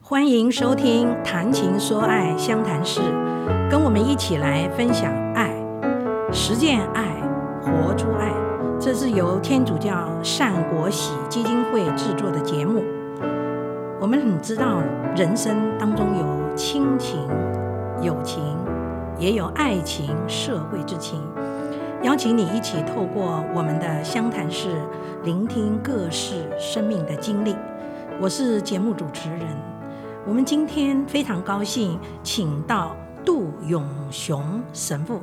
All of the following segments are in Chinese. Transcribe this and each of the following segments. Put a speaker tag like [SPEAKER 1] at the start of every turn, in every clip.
[SPEAKER 1] 欢迎收听《谈情说爱相谈室》，跟我们一起来分享爱、实践爱、活出爱。这是由天主教善国喜基金会制作的节目。我们很知道，人生当中有亲情、友情，也有爱情、社会之情。邀请你一起透过我们的相谈室，聆听各式生命的经历。我是节目主持人。我们今天非常高兴，请到杜永雄神父，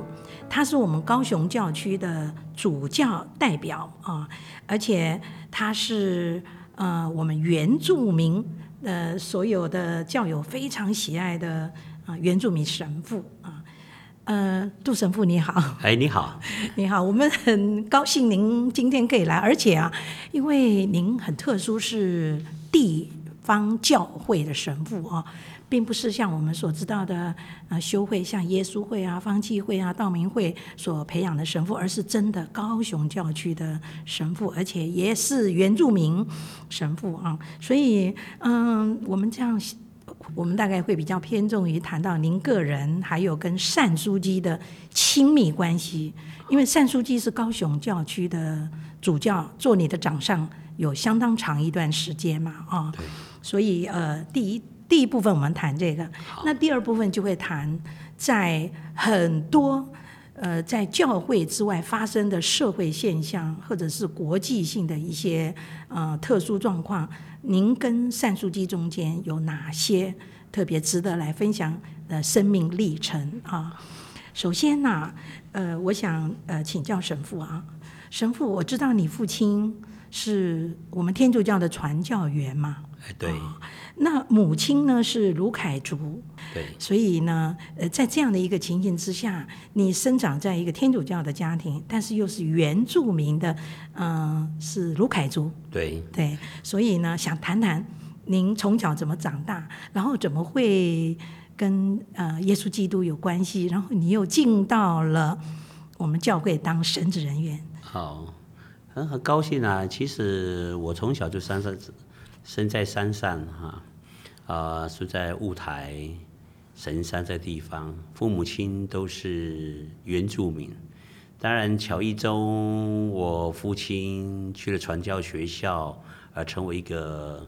[SPEAKER 1] 他是我们高雄教区的主教代表啊，而且他是呃我们原住民呃所有的教友非常喜爱的啊、原住民神父啊。呃，杜神父你好，
[SPEAKER 2] 哎，你好，
[SPEAKER 1] 你好，我们很高兴您今天可以来，而且啊，因为您很特殊，是地方教会的神父啊，并不是像我们所知道的呃修会，像耶稣会啊、方济会啊、道明会所培养的神父，而是真的高雄教区的神父，而且也是原住民神父啊，所以嗯，我们这样。我们大概会比较偏重于谈到您个人，还有跟单书记的亲密关系，因为单书记是高雄教区的主教，做你的掌上有相当长一段时间嘛，啊、
[SPEAKER 2] 对
[SPEAKER 1] 所以呃，第一第一部分我们谈这个，那第二部分就会谈在很多呃在教会之外发生的社会现象，或者是国际性的一些呃特殊状况，您跟单书记中间有哪些特别值得来分享的生命历程啊？首先呐、呃，我想呃请教神父啊，神父，我知道你父亲是我们天主教的传教员嘛，
[SPEAKER 2] 哎，对
[SPEAKER 1] 那母亲呢是卢凯族，
[SPEAKER 2] 对，
[SPEAKER 1] 所以呢，呃，在这样的一个情形之下，你生长在一个天主教的家庭，但是又是原住民的，呃，是卢凯族，
[SPEAKER 2] 对，
[SPEAKER 1] 对，所以呢，想谈谈您从小怎么长大，然后怎么会跟呃耶稣基督有关系，然后你又进到了我们教会当神职人员，
[SPEAKER 2] 好，很很高兴啊。其实我从小就山上，生在山上哈，啊、是在雾台神山这地方，父母亲都是原住民。当然，乔一中，我父亲去了传教学校，而成为一个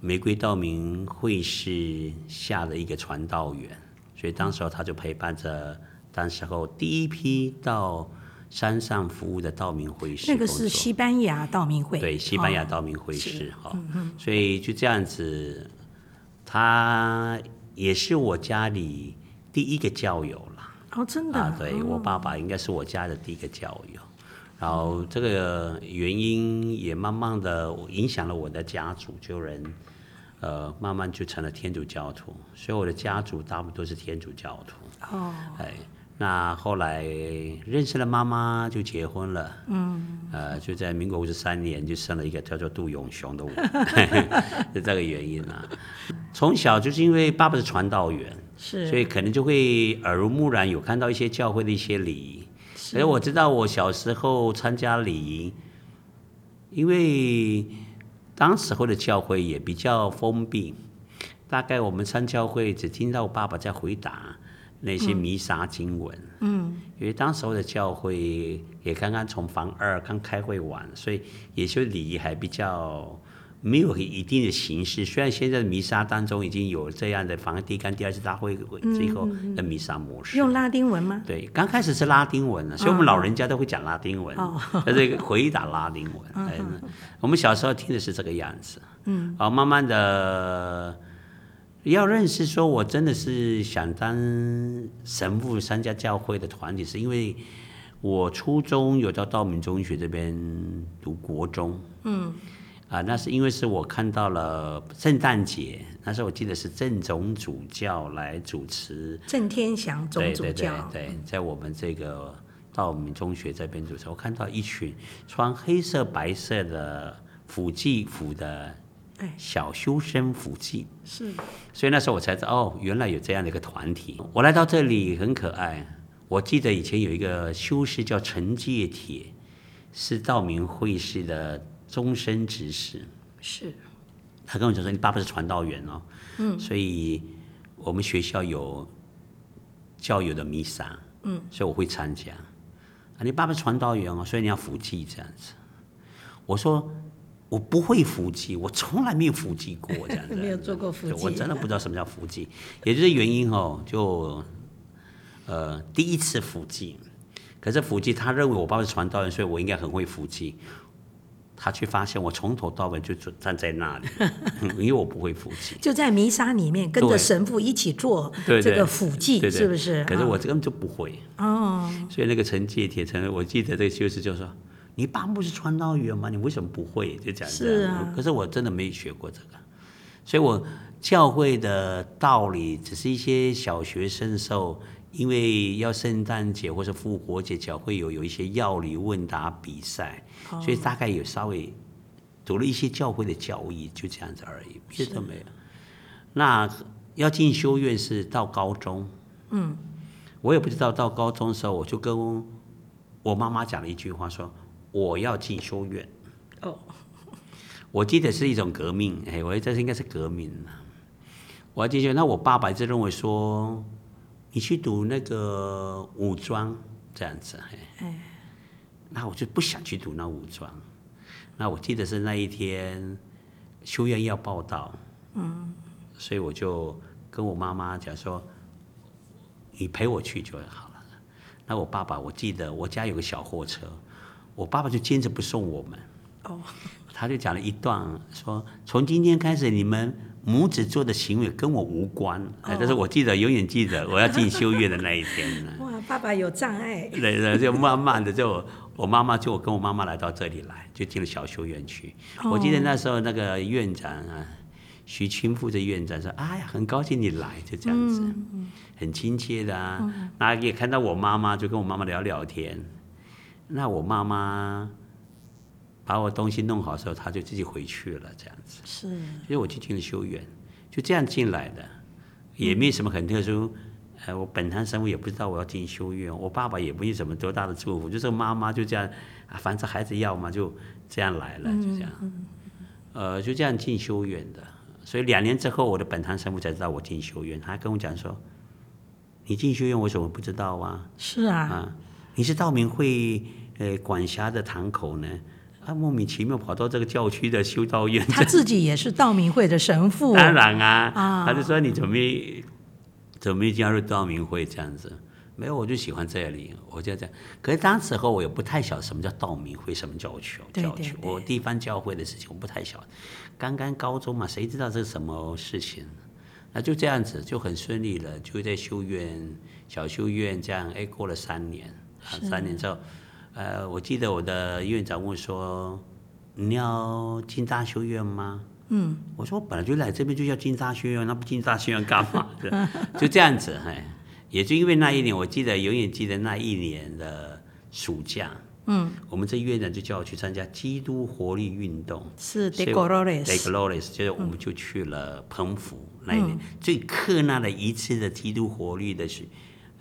[SPEAKER 2] 玫瑰道明会士下的一个传道员，所以当时候他就陪伴着当时候第一批到山上服务的道明会士
[SPEAKER 1] 那
[SPEAKER 2] 工作。
[SPEAKER 1] 个是西班牙道明会，
[SPEAKER 2] 对，西班牙
[SPEAKER 1] 哦
[SPEAKER 2] 道明会
[SPEAKER 1] 是嗯
[SPEAKER 2] 士哈、所以就这样子，他也是我家里第一个教友啦。
[SPEAKER 1] 哦，真的
[SPEAKER 2] 啊，对我爸爸应该是我家的第一个教友，然后这个原因也慢慢的影响了我的家族，就人，呃，慢慢就成了天主教徒，所以我的家族大部分都是天主教徒。
[SPEAKER 1] 哦，
[SPEAKER 2] 哎，那后来认识了妈妈，就结婚了。嗯，呃，就在民国五十三年就生了一个叫做杜永雄的我， 是这个原因啊。从小就是因为爸爸是传道员，
[SPEAKER 1] 是，
[SPEAKER 2] 所以可能就会耳濡目染，有看到一些教会的一些礼仪。所以我知道我小时候参加礼仪，因为当时候的教会也比较封闭，大概我们参教会只听到我爸爸在回答那些弥撒经文。嗯，因为当时候的教会也刚刚从防二刚开会完，所以也就礼仪还比较。没有一定的形式，虽然现在的弥撒当中已经有这样的梵蒂冈第二次大会最后的弥撒模式，
[SPEAKER 1] 用拉丁文吗？
[SPEAKER 2] 对，刚开始是拉丁文的，所以我们老人家都会讲拉丁文，
[SPEAKER 1] 哦
[SPEAKER 2] 他这个回答拉丁文。哎我们小时候听的是这个样子，嗯，然后慢慢的要认识，说我真的是想当神父参加教会的团体，是因为我初中有到道明中学这边读国中，啊，那是因为是我看到了圣诞节，那时候我记得是正总主教来主持
[SPEAKER 1] 郑天祥总
[SPEAKER 2] 对
[SPEAKER 1] 主
[SPEAKER 2] 对对
[SPEAKER 1] 教，
[SPEAKER 2] 对，在我们这个到我们中学这边主持，我看到一群穿黑色白色的辅祭服的
[SPEAKER 1] 哎，
[SPEAKER 2] 小修身辅祭，
[SPEAKER 1] 是
[SPEAKER 2] 所以那时候我才知道哦，原来有这样的一个团体。我来到这里很可爱，我记得以前有一个修士叫陈介铁，是道明会士的终身执事。
[SPEAKER 1] 是，
[SPEAKER 2] 他跟我讲说，你爸爸是传道员哦，嗯，所以我们学校有教友的弥撒，嗯，所以我会参加。啊，你爸爸是传道员哦，所以你要服祭这样子。我说我不会服祭，我从来没有服祭过这样 子，
[SPEAKER 1] 没有做过伏
[SPEAKER 2] 对我
[SPEAKER 1] 击
[SPEAKER 2] 真的不知道什么叫伏击，也就是原因哦，就呃第一次伏击，可是伏击他认为我爸爸是传道人，所以我应该很会伏击。他却发现我从头到尾就坐站在那里， 因为我不会伏击。
[SPEAKER 1] 就在弥撒里面跟着
[SPEAKER 2] 对
[SPEAKER 1] 神父一起做
[SPEAKER 2] 对
[SPEAKER 1] 这
[SPEAKER 2] 对
[SPEAKER 1] 个辅祭，
[SPEAKER 2] 对对
[SPEAKER 1] 是不是？
[SPEAKER 2] 可是
[SPEAKER 1] 啊
[SPEAKER 2] 我根本就不会，
[SPEAKER 1] 哦，
[SPEAKER 2] 所以那个陈介铁成，我记得这个修士就说：“你爸不是传道员吗？你为什么不会？”就讲
[SPEAKER 1] 是
[SPEAKER 2] 这样。
[SPEAKER 1] 啊
[SPEAKER 2] 可是我真的没学过这个，所以我教会的道理只是一些小学生时候，因为要圣诞节或是复活节，教会有有一些药理问答比赛，
[SPEAKER 1] 哦
[SPEAKER 2] 所以大概有稍微读了一些教会的教义，就这样子而已，别的没有。那要进修院是到高中，我也不知道，到高中的时候，我就跟我妈妈讲了一句话说，我要进修院。
[SPEAKER 1] 哦，
[SPEAKER 2] 我记得是一种革命，哎，我觉得这是应该是革命了。我要进修院，那我爸爸一直认为说，你去读那个武装这样子，哎，那我就不想去读那武装。那我记得是那一天，修院要报道，嗯，所以我就跟我妈妈讲说，你陪我去就好了。那我爸爸，我记得我家有个小货车，我爸爸就坚持不送我们。
[SPEAKER 1] 哦，。
[SPEAKER 2] 他就讲了一段，说从今天开始，你们母子做的行为跟我无关。哎，但是我记得，永远记得，我要进修院的那一天呢
[SPEAKER 1] 哇，爸爸有障碍，
[SPEAKER 2] 对对，就慢慢的就我妈妈就我跟我妈妈来到这里来，就进了小修院区。我记得那时候那个院长啊，徐清富的院长说：“哎呀，很高兴你来，就这样子，很亲切的啊。那也看到我妈妈，就跟我妈妈聊聊天。那我妈妈把我东西弄好之后，她就自己回去了，这样子。
[SPEAKER 1] 是
[SPEAKER 2] 所以我就进了修院，就这样进来的，也没什么很特殊。呃，我本堂神父也不知道我要进修院，我爸爸也不是什么多大的祝福，就是妈妈就这样，啊，反正孩子要嘛就这样来了，就这样，呃，就这样进修院的。所以两年之后，我的本堂神父才知道我进修院，他跟我讲说：“你进修院为什么不知道啊？
[SPEAKER 1] 是啊，
[SPEAKER 2] 啊，你是道明会呃管辖的堂口呢，啊，莫名其妙跑到这个教区的修道院，
[SPEAKER 1] 他自己也是道明会的神父，
[SPEAKER 2] 当然啊，
[SPEAKER 1] 啊
[SPEAKER 2] 他就说你怎么没怎么没加入道明会这样子？没有，我就喜欢这里，我就这样。可是当时候我也不太晓得什么叫道明会，什么教区，
[SPEAKER 1] 对
[SPEAKER 2] 教
[SPEAKER 1] 对
[SPEAKER 2] 区，
[SPEAKER 1] 对
[SPEAKER 2] 我地方教会的事情我不太晓得。刚刚高中嘛，谁知道这是什么事情？那就这样子就很顺利了，就在修院小修院这样，哎，过了三年，啊，三年之后，呃，我记得我的院长问说，你要进大修院吗？嗯，我说我本来就来这边就要进大学院，那不进大学院干嘛？就这样子，哎，也就因为那一年，我记得永远记得那一年的暑假，嗯，我们这院长就叫我去参加基督活力运动，
[SPEAKER 1] 是
[SPEAKER 2] 所以
[SPEAKER 1] De Colores，
[SPEAKER 2] d e Glores，就是我们就去了澎湖那一年、最克难的一次的基督活力的训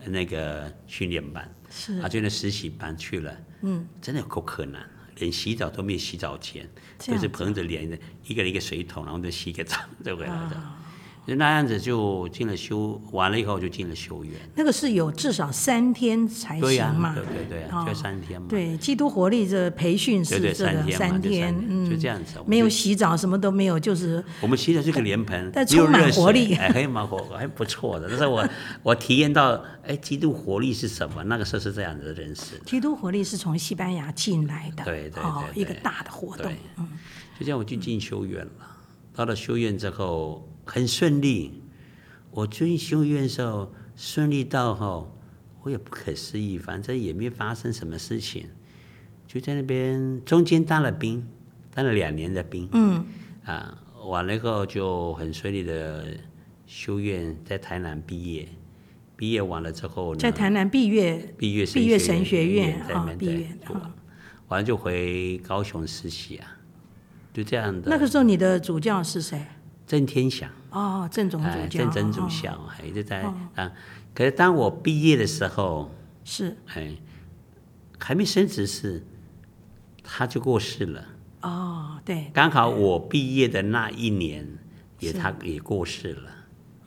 [SPEAKER 2] 那个训练班，
[SPEAKER 1] 是
[SPEAKER 2] 啊，就那实习班去了，嗯，真的有够困难，连洗澡都没有洗澡间，
[SPEAKER 1] 这
[SPEAKER 2] 就
[SPEAKER 1] 样
[SPEAKER 2] 是捧着脸，一个人一个水桶，然后就洗个澡就回来的。
[SPEAKER 1] 啊
[SPEAKER 2] 就那样子就进了修，完了以后就进了修院。
[SPEAKER 1] 那个是有至少三天才
[SPEAKER 2] 对
[SPEAKER 1] 行
[SPEAKER 2] 呀、
[SPEAKER 1] 嘛，
[SPEAKER 2] 对对对、
[SPEAKER 1] 哦
[SPEAKER 2] 就三天嘛。
[SPEAKER 1] 对，基督活力这培训
[SPEAKER 2] 对
[SPEAKER 1] 是
[SPEAKER 2] 对
[SPEAKER 1] 这个
[SPEAKER 2] 三天嘛
[SPEAKER 1] 三
[SPEAKER 2] 就三
[SPEAKER 1] 天，
[SPEAKER 2] 天
[SPEAKER 1] 嗯，
[SPEAKER 2] 就这样子我们
[SPEAKER 1] 没有
[SPEAKER 2] 就
[SPEAKER 1] 洗澡，什么都没有，就是
[SPEAKER 2] 我们洗澡这个脸盆，
[SPEAKER 1] 但
[SPEAKER 2] 又
[SPEAKER 1] 充满
[SPEAKER 2] 热水
[SPEAKER 1] 活力
[SPEAKER 2] 哎，还蛮活，还不错的。但是我我体验到，哎，极度活力是什么？那个时候是这样子认识的。
[SPEAKER 1] 基督活力是从西班牙进来的，
[SPEAKER 2] 对对对
[SPEAKER 1] 哦，
[SPEAKER 2] 对
[SPEAKER 1] 一个大的活动
[SPEAKER 2] 对，就这样，我就进修院了。到了修院之后，很顺利。我进修院的时候顺利到后，我也不可思议，反正也没发生什么事情，就在那边中间当了兵，当了两年的兵。嗯。啊，完了以后就很顺利的修院，在台南毕业。毕业完了之后呢，
[SPEAKER 1] 在台南毕业，
[SPEAKER 2] 毕业
[SPEAKER 1] 毕业神学
[SPEAKER 2] 学
[SPEAKER 1] 院
[SPEAKER 2] 在
[SPEAKER 1] 啊
[SPEAKER 2] 那边
[SPEAKER 1] 毕
[SPEAKER 2] 对
[SPEAKER 1] 业
[SPEAKER 2] 就
[SPEAKER 1] 啊
[SPEAKER 2] 完了就回高雄实习啊，就这样的。
[SPEAKER 1] 那个时候你的主教是谁？
[SPEAKER 2] 郑天祥，
[SPEAKER 1] 哦，郑总主
[SPEAKER 2] 哎，
[SPEAKER 1] 教，
[SPEAKER 2] 郑真主
[SPEAKER 1] 哦
[SPEAKER 2] 教，还一直在啊。可是当我毕业的时候，
[SPEAKER 1] 是
[SPEAKER 2] 哎，还没升职是，他就过世了。
[SPEAKER 1] 哦，对，
[SPEAKER 2] 刚好我毕业的那一年，也他也过世了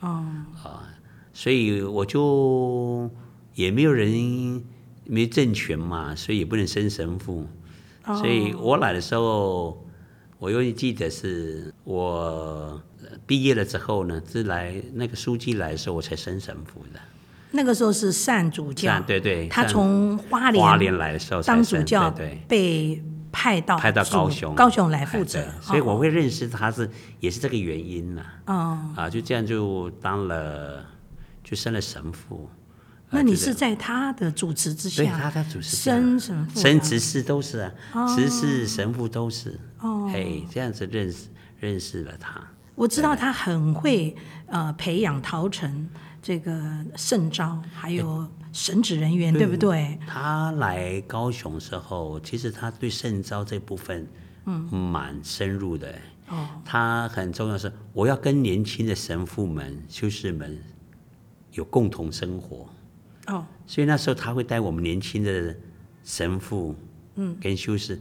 [SPEAKER 1] 哦，
[SPEAKER 2] 啊，所以我就也没有人没政权嘛，所以也不能升神父，
[SPEAKER 1] 哦
[SPEAKER 2] 所以我来的时候，我永远记得是我毕业了之后呢，是来那个书记来的时候，我才升神父的。
[SPEAKER 1] 那个时候是善主
[SPEAKER 2] 这
[SPEAKER 1] 教
[SPEAKER 2] 样，对对，
[SPEAKER 1] 他
[SPEAKER 2] 像
[SPEAKER 1] 从花莲
[SPEAKER 2] 花莲来的时候才
[SPEAKER 1] 当
[SPEAKER 2] 升
[SPEAKER 1] 主教
[SPEAKER 2] 对对。
[SPEAKER 1] 被派到
[SPEAKER 2] 派到
[SPEAKER 1] 主
[SPEAKER 2] 高雄，
[SPEAKER 1] 高雄来
[SPEAKER 2] 哎
[SPEAKER 1] 负责
[SPEAKER 2] 对，所以
[SPEAKER 1] 哦
[SPEAKER 2] 我会认识他是也是这个原因呐、
[SPEAKER 1] 哦，
[SPEAKER 2] 啊，就这样就当了，就升了神父。啊
[SPEAKER 1] 那你
[SPEAKER 2] 就这
[SPEAKER 1] 是在他的主持之
[SPEAKER 2] 对
[SPEAKER 1] 下，
[SPEAKER 2] 他他主持
[SPEAKER 1] 升神父
[SPEAKER 2] 升
[SPEAKER 1] 吗
[SPEAKER 2] 执事都是啊，执事神父都是，
[SPEAKER 1] 哦
[SPEAKER 2] 哎，这样子认识认识了他。
[SPEAKER 1] 我知道他很会呃培养陶成这个圣招，还有神职人员，对不对？
[SPEAKER 2] 他来高雄时候，其实他对圣招这部分，嗯，蛮深入的。
[SPEAKER 1] 哦，
[SPEAKER 2] 他很重要是，我要跟年轻的神父们、修士们有共同生活，
[SPEAKER 1] 哦，
[SPEAKER 2] 所以那时候他会带我们年轻的神父，嗯，跟修士，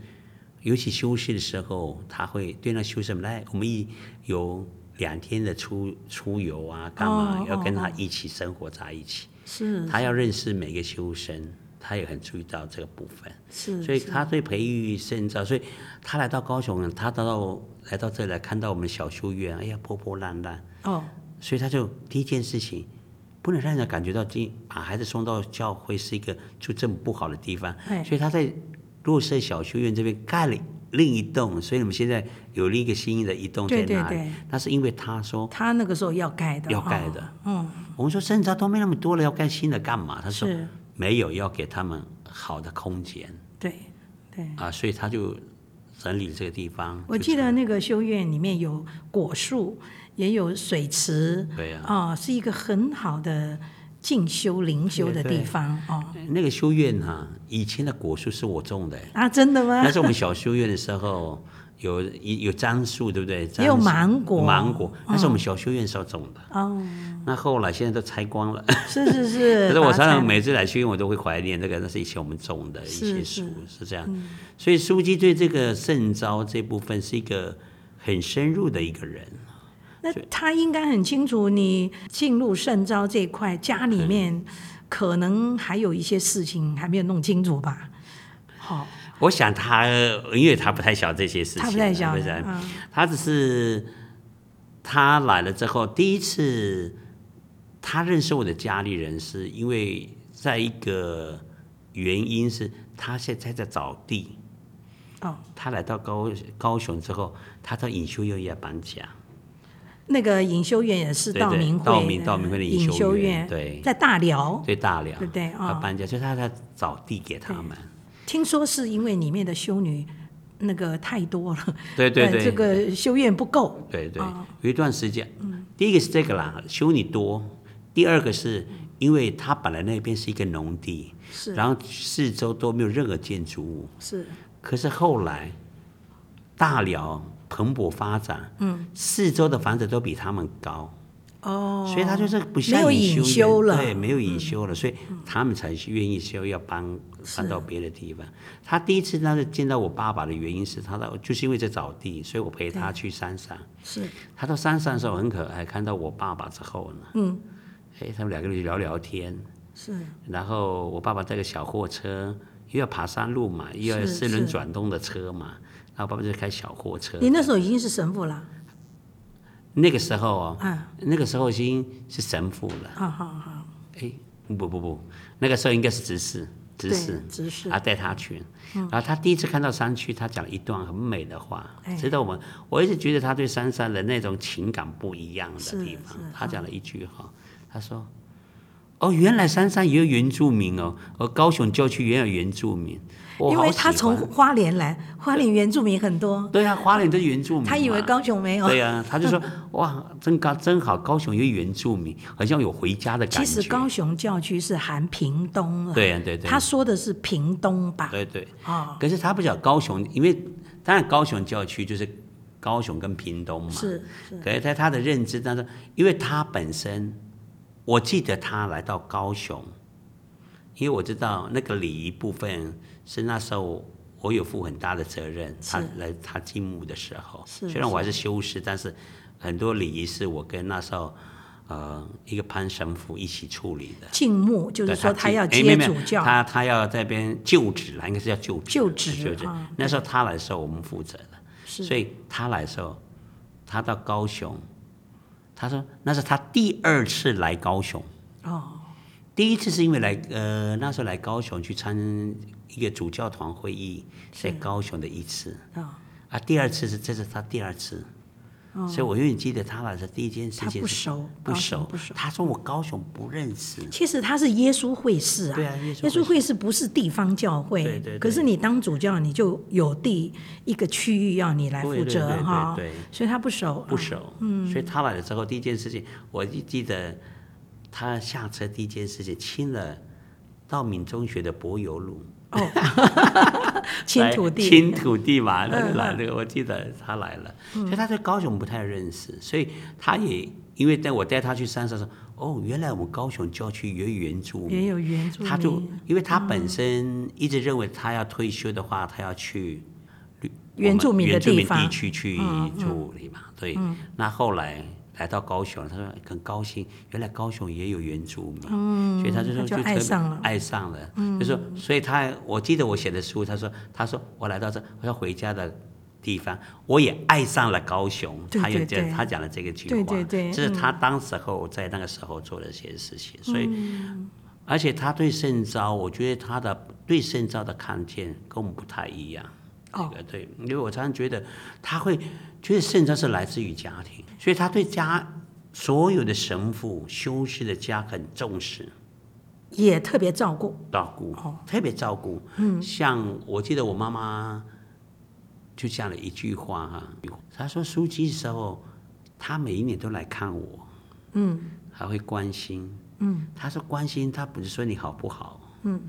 [SPEAKER 2] 尤其修士的时候，他会对那修士们来，我们一有两天的出出游啊，干嘛、
[SPEAKER 1] 哦
[SPEAKER 2] 要跟他
[SPEAKER 1] 哦
[SPEAKER 2] 一起生活在一起，
[SPEAKER 1] 是
[SPEAKER 2] 他要认识每个修身，他也很注意到这个部分。
[SPEAKER 1] 是，
[SPEAKER 2] 所以
[SPEAKER 1] 是
[SPEAKER 2] 他对培育深造，所以他来到高雄，他到来到这里来看到我们小修院，哎呀破破烂烂，
[SPEAKER 1] 哦
[SPEAKER 2] 所以他就第一件事情，不能让人家感觉到今把孩子送到教会是一个就这么不好的地方
[SPEAKER 1] 哎，
[SPEAKER 2] 所以他在弱势小修院这边盖了另一栋，所以我们现在有另一个新的一栋在
[SPEAKER 1] 对对
[SPEAKER 2] 那里
[SPEAKER 1] 对，
[SPEAKER 2] 那是因为他说
[SPEAKER 1] 他那个时候要盖的，
[SPEAKER 2] 要盖的
[SPEAKER 1] 哦，嗯，
[SPEAKER 2] 我们说深造都没那么多了，要盖新的干嘛？他说
[SPEAKER 1] 是
[SPEAKER 2] 没有，要给他们好的空间。
[SPEAKER 1] 对对。
[SPEAKER 2] 啊，所以他就整理这个地方。
[SPEAKER 1] 我
[SPEAKER 2] 就
[SPEAKER 1] 记
[SPEAKER 2] 是
[SPEAKER 1] 得那个修院里面有果树，也有水池，
[SPEAKER 2] 对啊呀
[SPEAKER 1] 哦，是一个很好的进修灵修的地方哦。
[SPEAKER 2] 那个修院哈、以前的果树是我种的，
[SPEAKER 1] 啊，真的吗
[SPEAKER 2] 那？是我们小修院的时候有有樟树，对不对？
[SPEAKER 1] 也有
[SPEAKER 2] 樟树
[SPEAKER 1] 芒果嗯
[SPEAKER 2] 芒果，那是我们小修院时候种的。
[SPEAKER 1] 哦，
[SPEAKER 2] 那后来现在都拆光了。
[SPEAKER 1] 是是 是。
[SPEAKER 2] 可是我
[SPEAKER 1] 把它
[SPEAKER 2] 常常每次来修院，我都会怀念这个，那是以前我们种的一
[SPEAKER 1] 是嗯
[SPEAKER 2] 些
[SPEAKER 1] 是
[SPEAKER 2] 树，是这样。所以书记对这个圣招这部分是一个很深入的一个人。
[SPEAKER 1] 那他应该很清楚，你进入圣招这一块，家里面可能还有一些事情还没有弄清楚吧？好、
[SPEAKER 2] 我想他，因为他不太晓得这些事情，啊
[SPEAKER 1] 他不太晓
[SPEAKER 2] 不
[SPEAKER 1] 得
[SPEAKER 2] 晓得
[SPEAKER 1] 嗯
[SPEAKER 2] 他只是他来了之后，第一次他认识我的家里人，是因为在一个原因是他现在在找地，
[SPEAKER 1] 哦，
[SPEAKER 2] 他来到高高雄之后，他到隐修院要搬家，
[SPEAKER 1] 那个隐修院也是
[SPEAKER 2] 对对
[SPEAKER 1] 道明会的，
[SPEAKER 2] 道明道明会的隐
[SPEAKER 1] 隐
[SPEAKER 2] 修
[SPEAKER 1] 修
[SPEAKER 2] 院对
[SPEAKER 1] 在大寮，
[SPEAKER 2] 对大寮，
[SPEAKER 1] 对对哦
[SPEAKER 2] 要搬家，所以他在找地给他们，
[SPEAKER 1] 听说是因为里面的修女那个太多了，
[SPEAKER 2] 对对
[SPEAKER 1] 呃
[SPEAKER 2] 对，
[SPEAKER 1] 这个修院不够，
[SPEAKER 2] 对对
[SPEAKER 1] 哦，嗯
[SPEAKER 2] 有一段时间，第一个是这个啦，修女多；第二个是因为它本来那边是一个农地，
[SPEAKER 1] 是
[SPEAKER 2] 然后四周都没有任何建筑物。
[SPEAKER 1] 是
[SPEAKER 2] 可是后来大寮蓬勃发展，嗯，四周的房子都比他们高，
[SPEAKER 1] 哦，
[SPEAKER 2] 所以他就是不像
[SPEAKER 1] 没有
[SPEAKER 2] 隐
[SPEAKER 1] 隐
[SPEAKER 2] 修
[SPEAKER 1] 修
[SPEAKER 2] 院
[SPEAKER 1] 了嗯
[SPEAKER 2] 对，没有隐修了，所以他们才愿意说要搬搬到别的地方。他第一次那是见到我爸爸的原因是他到就是因为在找地，所以我陪他去山上。
[SPEAKER 1] 是
[SPEAKER 2] 他到山上的时候很可爱，看到我爸爸之后呢，
[SPEAKER 1] 嗯
[SPEAKER 2] 哎，他们两个人就聊聊天，
[SPEAKER 1] 是
[SPEAKER 2] 然后我爸爸带个小货车，又要爬山路嘛，又要
[SPEAKER 1] 是
[SPEAKER 2] 四轮
[SPEAKER 1] 是
[SPEAKER 2] 转动的车嘛，然后爸爸就开小货车。
[SPEAKER 1] 你那时候已经是神父了，
[SPEAKER 2] 那个时候哦，
[SPEAKER 1] 啊
[SPEAKER 2] 那个时候已经是神父了，
[SPEAKER 1] 好好好，
[SPEAKER 2] 哎，不不不，那个时候应该是执事，执
[SPEAKER 1] 对
[SPEAKER 2] 事，
[SPEAKER 1] 执事
[SPEAKER 2] 啊，带他去，
[SPEAKER 1] 嗯
[SPEAKER 2] 然后他第一次看到山区，他讲了一段很美的话
[SPEAKER 1] 哎，
[SPEAKER 2] 值得我们。我一直觉得他对山上的那种情感不一样的地方
[SPEAKER 1] 是是。嗯
[SPEAKER 2] 他讲了一句哈，他说：“哦，原来山上也有原住民哦，而高雄郊区也有原住民。我
[SPEAKER 1] 因
[SPEAKER 2] 好
[SPEAKER 1] 为
[SPEAKER 2] 喜
[SPEAKER 1] 他从
[SPEAKER 2] 欢
[SPEAKER 1] 花莲来，花莲原住民很多，
[SPEAKER 2] 对啊，花莲都是原住民嘛，
[SPEAKER 1] 他以为高雄没有，
[SPEAKER 2] 对啊，他就说 哇，真高真好，高雄有原住民，好像有回家的感
[SPEAKER 1] 其
[SPEAKER 2] 觉。
[SPEAKER 1] 实高雄教区是含屏东了，
[SPEAKER 2] 对啊对对
[SPEAKER 1] 他说的是屏东吧？
[SPEAKER 2] 对对。”
[SPEAKER 1] 哦，
[SPEAKER 2] 可是他不晓得高雄，因为当然高雄教区就是高雄跟屏东嘛。
[SPEAKER 1] 是
[SPEAKER 2] 可是在他的认知当中，因为他本身，我记得他来到高雄，因为我知道那个礼仪部分是那时候我有负很大的责任。他
[SPEAKER 1] 是
[SPEAKER 2] 来他进墓的时候，
[SPEAKER 1] 是
[SPEAKER 2] 虽然我还是修士，但是很多礼仪是我跟那时候呃一个潘神父一起处理的。
[SPEAKER 1] 敬墓就是
[SPEAKER 2] 对
[SPEAKER 1] 说他
[SPEAKER 2] 进
[SPEAKER 1] 要
[SPEAKER 2] 哎
[SPEAKER 1] 接
[SPEAKER 2] 没有没有
[SPEAKER 1] 主教，
[SPEAKER 2] 他他要这边就职啦，应该是叫就职，
[SPEAKER 1] 就职
[SPEAKER 2] 就职
[SPEAKER 1] 啊。
[SPEAKER 2] 那时候他来的时候，我们负责的，
[SPEAKER 1] 是
[SPEAKER 2] 所以他来的时候，他到高雄，他说那是他第二次来高雄，
[SPEAKER 1] 哦，
[SPEAKER 2] 第一次是因为来呃那时候来高雄去参一个主教团会议，在高雄的一次
[SPEAKER 1] 啊
[SPEAKER 2] 啊，第二次是这是他第二次，所以我永远记得他来的时候第一件
[SPEAKER 1] 哦
[SPEAKER 2] 事
[SPEAKER 1] 他
[SPEAKER 2] 情
[SPEAKER 1] 不
[SPEAKER 2] 是
[SPEAKER 1] 熟，
[SPEAKER 2] 不
[SPEAKER 1] 高雄
[SPEAKER 2] 熟
[SPEAKER 1] 不熟，。
[SPEAKER 2] 他说我高雄不认识，
[SPEAKER 1] 其实他是耶稣会士啊，
[SPEAKER 2] 对啊耶稣会士
[SPEAKER 1] 稣会士不是地方教会，
[SPEAKER 2] 对对对
[SPEAKER 1] 可是你当主教，你就有地一个区域要你来负
[SPEAKER 2] 对对
[SPEAKER 1] 责
[SPEAKER 2] 对对
[SPEAKER 1] 哈，
[SPEAKER 2] 对
[SPEAKER 1] 所以他不熟，
[SPEAKER 2] 不
[SPEAKER 1] 啊
[SPEAKER 2] 熟，所以他来了之后，第一件事情，我就记得他下车第一件事情亲了道明中学的柏油路，
[SPEAKER 1] 哦 亲
[SPEAKER 2] 来
[SPEAKER 1] 土地，
[SPEAKER 2] 亲土地 嘛，那
[SPEAKER 1] 嗯
[SPEAKER 2] 就来那个，我记得他来了，所以他对高雄不太认识，所以他也因为带我带他去山上说，哦，原来我们高雄郊区也有原住
[SPEAKER 1] 也
[SPEAKER 2] 民，
[SPEAKER 1] 有原住民，
[SPEAKER 2] 他就因为他本身一直认为他要退休的话，他要去绿
[SPEAKER 1] 原住民的
[SPEAKER 2] 我们原住
[SPEAKER 1] 地
[SPEAKER 2] 民
[SPEAKER 1] 方嗯
[SPEAKER 2] 地区去住里嘛。对，那后来来到高雄，他说很高兴，原来高雄也有原住民，所以他就说
[SPEAKER 1] 嗯他就
[SPEAKER 2] 特
[SPEAKER 1] 爱上了嗯
[SPEAKER 2] 爱上了，就说所以他我记得我写的书，他说他说我来到这，我要回家的。地方，我也爱上了高雄。
[SPEAKER 1] 对
[SPEAKER 2] 他有
[SPEAKER 1] 对
[SPEAKER 2] 这
[SPEAKER 1] 对，
[SPEAKER 2] 他讲了这个句
[SPEAKER 1] 对
[SPEAKER 2] 话，
[SPEAKER 1] 对对嗯
[SPEAKER 2] 这是他当时候在那个时候做的一些事情。所以而且他对圣招，我觉得他的对圣招的看见跟我们不太一样。
[SPEAKER 1] 哦
[SPEAKER 2] 这个对，因为我常常觉得他会觉得圣招是来自于家庭，所以他对家所有的神父、修士的家很重视。
[SPEAKER 1] 也特别照顾，
[SPEAKER 2] 照顾，
[SPEAKER 1] 哦
[SPEAKER 2] 特别照顾。嗯，像我记得我妈妈就讲了一句话哈、她说书记的时候，她每一年都来看我，嗯，还会关心，嗯，她说关心，她不是说你好不好，嗯，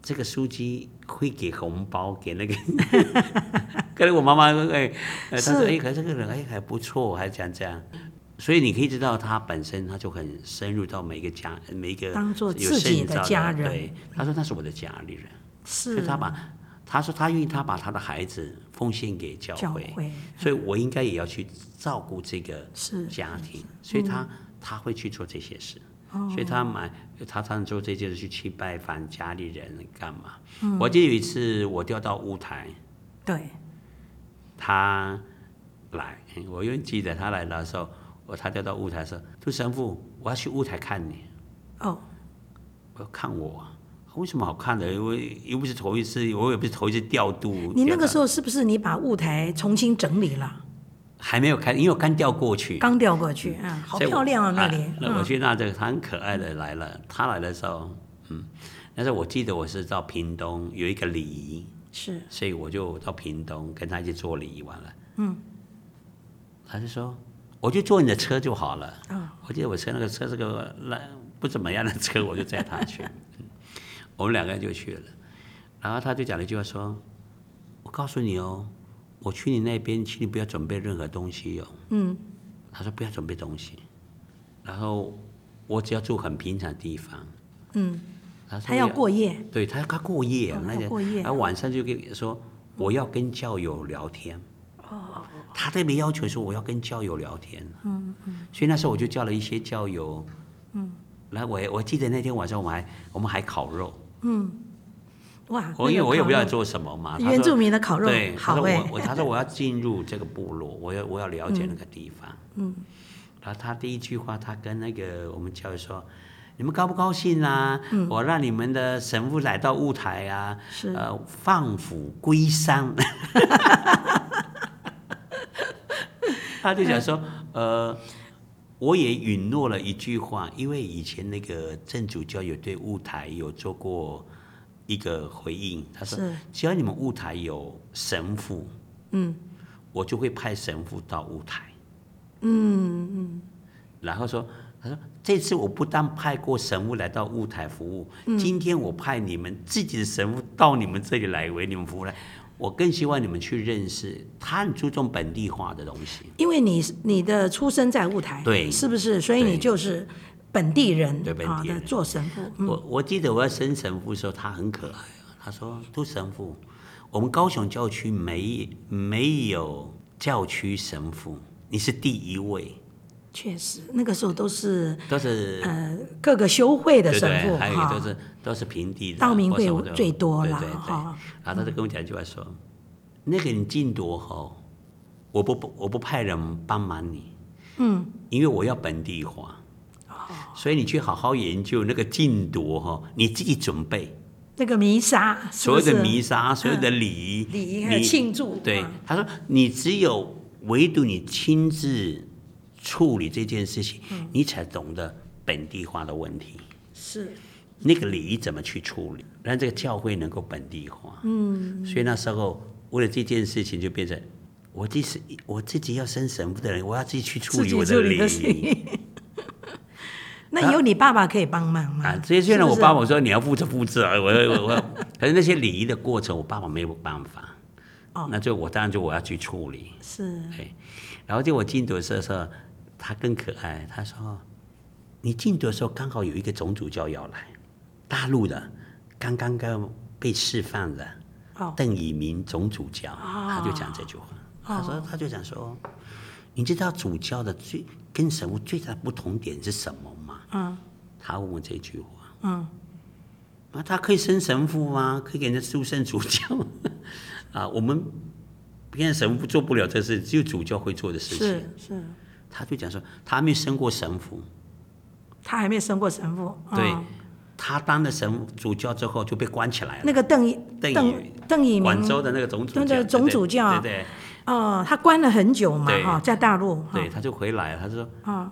[SPEAKER 2] 这个书记会给红包给那个， 可能我妈妈哎，呃她说
[SPEAKER 1] 是
[SPEAKER 2] 哎，可这个人哎还不错，还讲这样。所以你可以知道，她本身她就很深入到每一个家，每一个
[SPEAKER 1] 当作
[SPEAKER 2] 有
[SPEAKER 1] 自己
[SPEAKER 2] 圣
[SPEAKER 1] 的
[SPEAKER 2] 召
[SPEAKER 1] 家人
[SPEAKER 2] 对，他说那是我的家里人，所以
[SPEAKER 1] 是
[SPEAKER 2] 他把他说他愿意他把他的孩子奉献给教
[SPEAKER 1] 教
[SPEAKER 2] 会，
[SPEAKER 1] 会
[SPEAKER 2] 所以我应该也要去照顾这个
[SPEAKER 1] 是嗯哦
[SPEAKER 2] 家庭，所以他、他会去做这些事。所以他买，他常常做这件事，去去拜访家里人干嘛？
[SPEAKER 1] 嗯
[SPEAKER 2] 我记得有一次我调到乌台，
[SPEAKER 1] 对，
[SPEAKER 2] 他来，我永远记得他来的时候，我他调到乌台的时候，杜神父，我要去乌台看你。
[SPEAKER 1] 哦，
[SPEAKER 2] 我看我啊，为什么好看的？我又不是头一次，我也不是头一次调度。
[SPEAKER 1] 你那个时
[SPEAKER 2] 候
[SPEAKER 1] 候是不是你把舞台重新整理了，
[SPEAKER 2] 还没有看，因为我刚调过去，
[SPEAKER 1] 刚调过去啊，好
[SPEAKER 2] 所以我
[SPEAKER 1] 漂亮啊那里，
[SPEAKER 2] 那我去那这个他很可爱的来了，他来的时候，嗯，但是我记得我是到屏东有一个礼仪，
[SPEAKER 1] 是
[SPEAKER 2] 所以我就到屏东跟他一起做礼仪完了。嗯，他就说，我就坐你的车就好了。
[SPEAKER 1] 啊
[SPEAKER 2] 我记得我车那个车是个烂不怎么样的车，我就载他去。 嗯我们两个人就去了，然后他就讲了一句话说：“我告诉你哦，我去你那边，请你不要准备任何东西哦。”嗯，他说不要准备东西，然后我只要住很平常的地方。嗯，
[SPEAKER 1] 他要过夜，
[SPEAKER 2] 对他他过夜，
[SPEAKER 1] 哦
[SPEAKER 2] 那
[SPEAKER 1] 要过夜
[SPEAKER 2] 然后晚上就跟你说我要跟教友聊天。哦，他特别要求说我要跟教友聊天。嗯嗯，所以那时候我就叫了一些教友。嗯，来我也我记得那天晚上我们还我们还烤肉，
[SPEAKER 1] 哇，
[SPEAKER 2] 我
[SPEAKER 1] 啊那
[SPEAKER 2] 哦因为
[SPEAKER 1] 个
[SPEAKER 2] 我也
[SPEAKER 1] 烤
[SPEAKER 2] 不知道
[SPEAKER 1] 肉
[SPEAKER 2] 做什么嘛。啊他
[SPEAKER 1] 原
[SPEAKER 2] 说
[SPEAKER 1] 住民的烤肉
[SPEAKER 2] 对，他
[SPEAKER 1] 好
[SPEAKER 2] 说
[SPEAKER 1] 哎
[SPEAKER 2] 我，我他说我要进入这个部落，我要我要了解那个地方。嗯，然后他第一句话，他跟那个我们教育说。你们高不高兴啊？
[SPEAKER 1] 嗯
[SPEAKER 2] 我让你们的神父来到舞台啊，
[SPEAKER 1] 是
[SPEAKER 2] 呃，放虎归山。 他就讲说，
[SPEAKER 1] 嗯
[SPEAKER 2] 呃，我也允诺了一句话，因为以前那个正主教有对舞台有做过一个回应，他说
[SPEAKER 1] 是
[SPEAKER 2] 只要你们舞台有神父，嗯，我就会派神父到舞台，嗯嗯，然后说。他说：“这次我不但派过神父来到舞台服务，今天我派你们自己的神父到你们这里来为你们服务来。我更希望你们去认识，他很注重本地化的东西。
[SPEAKER 1] 因为你你的出生在雾台，
[SPEAKER 2] 对
[SPEAKER 1] 是不是？所以你
[SPEAKER 2] 对
[SPEAKER 1] 就是本地人，
[SPEAKER 2] 对本
[SPEAKER 1] 啊
[SPEAKER 2] 地
[SPEAKER 1] 的
[SPEAKER 2] 人
[SPEAKER 1] 做神父，嗯
[SPEAKER 2] 我我记得我要升神父的时候，他很可爱啊、他说：“杜神父，我们高雄教区没没有教区神父，你是第一位，
[SPEAKER 1] 确实那个时候都是
[SPEAKER 2] 都是
[SPEAKER 1] 呃各个修会的
[SPEAKER 2] 对
[SPEAKER 1] 神
[SPEAKER 2] 对，
[SPEAKER 1] 父
[SPEAKER 2] 还有都
[SPEAKER 1] 哈，
[SPEAKER 2] 是都是平地的，
[SPEAKER 1] 道明
[SPEAKER 2] 或
[SPEAKER 1] 会
[SPEAKER 2] 什么的
[SPEAKER 1] 最多
[SPEAKER 2] 对
[SPEAKER 1] 了
[SPEAKER 2] 对对
[SPEAKER 1] 哈
[SPEAKER 2] 然后他就跟我讲一句话说：“那个你进多哈，我不我不派人帮忙你，
[SPEAKER 1] 嗯，哦
[SPEAKER 2] 因为我要本地化。”所以你去好好研究那个禁毒哈，你自己准备
[SPEAKER 1] 那个弥撒，是
[SPEAKER 2] 所
[SPEAKER 1] 不
[SPEAKER 2] 有的
[SPEAKER 1] 是
[SPEAKER 2] 弥撒、所有的礼仪、
[SPEAKER 1] 礼仪还有
[SPEAKER 2] 你
[SPEAKER 1] 庆祝，
[SPEAKER 2] 对
[SPEAKER 1] 啊，
[SPEAKER 2] 他说你只有唯独你亲自处理这件事情，
[SPEAKER 1] 嗯
[SPEAKER 2] 你才懂得本地化的问题，
[SPEAKER 1] 是
[SPEAKER 2] 那个礼仪怎么去处理，让这个教会能够本地化。嗯，所以那时候为了这件事情就变成。我自己是我自己要升神父的人，我要自己去处
[SPEAKER 1] 自
[SPEAKER 2] 理
[SPEAKER 1] 己
[SPEAKER 2] 我
[SPEAKER 1] 处
[SPEAKER 2] 的
[SPEAKER 1] 理
[SPEAKER 2] 礼
[SPEAKER 1] 的事
[SPEAKER 2] 仪
[SPEAKER 1] 情。 那有你爸爸可以帮忙吗？
[SPEAKER 2] 啊。这些虽
[SPEAKER 1] 是
[SPEAKER 2] 然我
[SPEAKER 1] 不是
[SPEAKER 2] 爸爸说你要负责负责，我我我，可是那些礼仪的过程，我爸爸没有办法。
[SPEAKER 1] 哦
[SPEAKER 2] 那就我当然就我要去处理。
[SPEAKER 1] 是
[SPEAKER 2] 对，然后就我禁毒的时候，他更可爱，他说：“你禁毒的时候刚好有一个总主教要来，大陆的，刚刚刚被释放的
[SPEAKER 1] 哦
[SPEAKER 2] 邓以明总主教，他就讲这句话，他说
[SPEAKER 1] 哦
[SPEAKER 2] 他就讲说，你知道主教的最跟神父最大的不同点是什么吗？
[SPEAKER 1] 嗯
[SPEAKER 2] 他问我这句话。”
[SPEAKER 1] 嗯
[SPEAKER 2] 啊，他可以升神父吗？可以给人家祝圣主教 啊？我们别人神父做不了这事，只有主教会做的事情。
[SPEAKER 1] 是是，
[SPEAKER 2] 他就讲说，他还没升过神父，
[SPEAKER 1] 他还没升过神父，
[SPEAKER 2] 对
[SPEAKER 1] 嗯
[SPEAKER 2] 他当了神主教之后就被关起来了。
[SPEAKER 1] 那个邓以
[SPEAKER 2] 邓以
[SPEAKER 1] 邓邓以
[SPEAKER 2] 广州
[SPEAKER 1] 明
[SPEAKER 2] 的那个总主
[SPEAKER 1] 那
[SPEAKER 2] 教，
[SPEAKER 1] 个
[SPEAKER 2] 对
[SPEAKER 1] 总主教
[SPEAKER 2] 对对
[SPEAKER 1] 哦，他关了很久嘛
[SPEAKER 2] 对
[SPEAKER 1] 哈，在大陆哦哈
[SPEAKER 2] 对，他就回来了。他说嗯
[SPEAKER 1] 啊，：“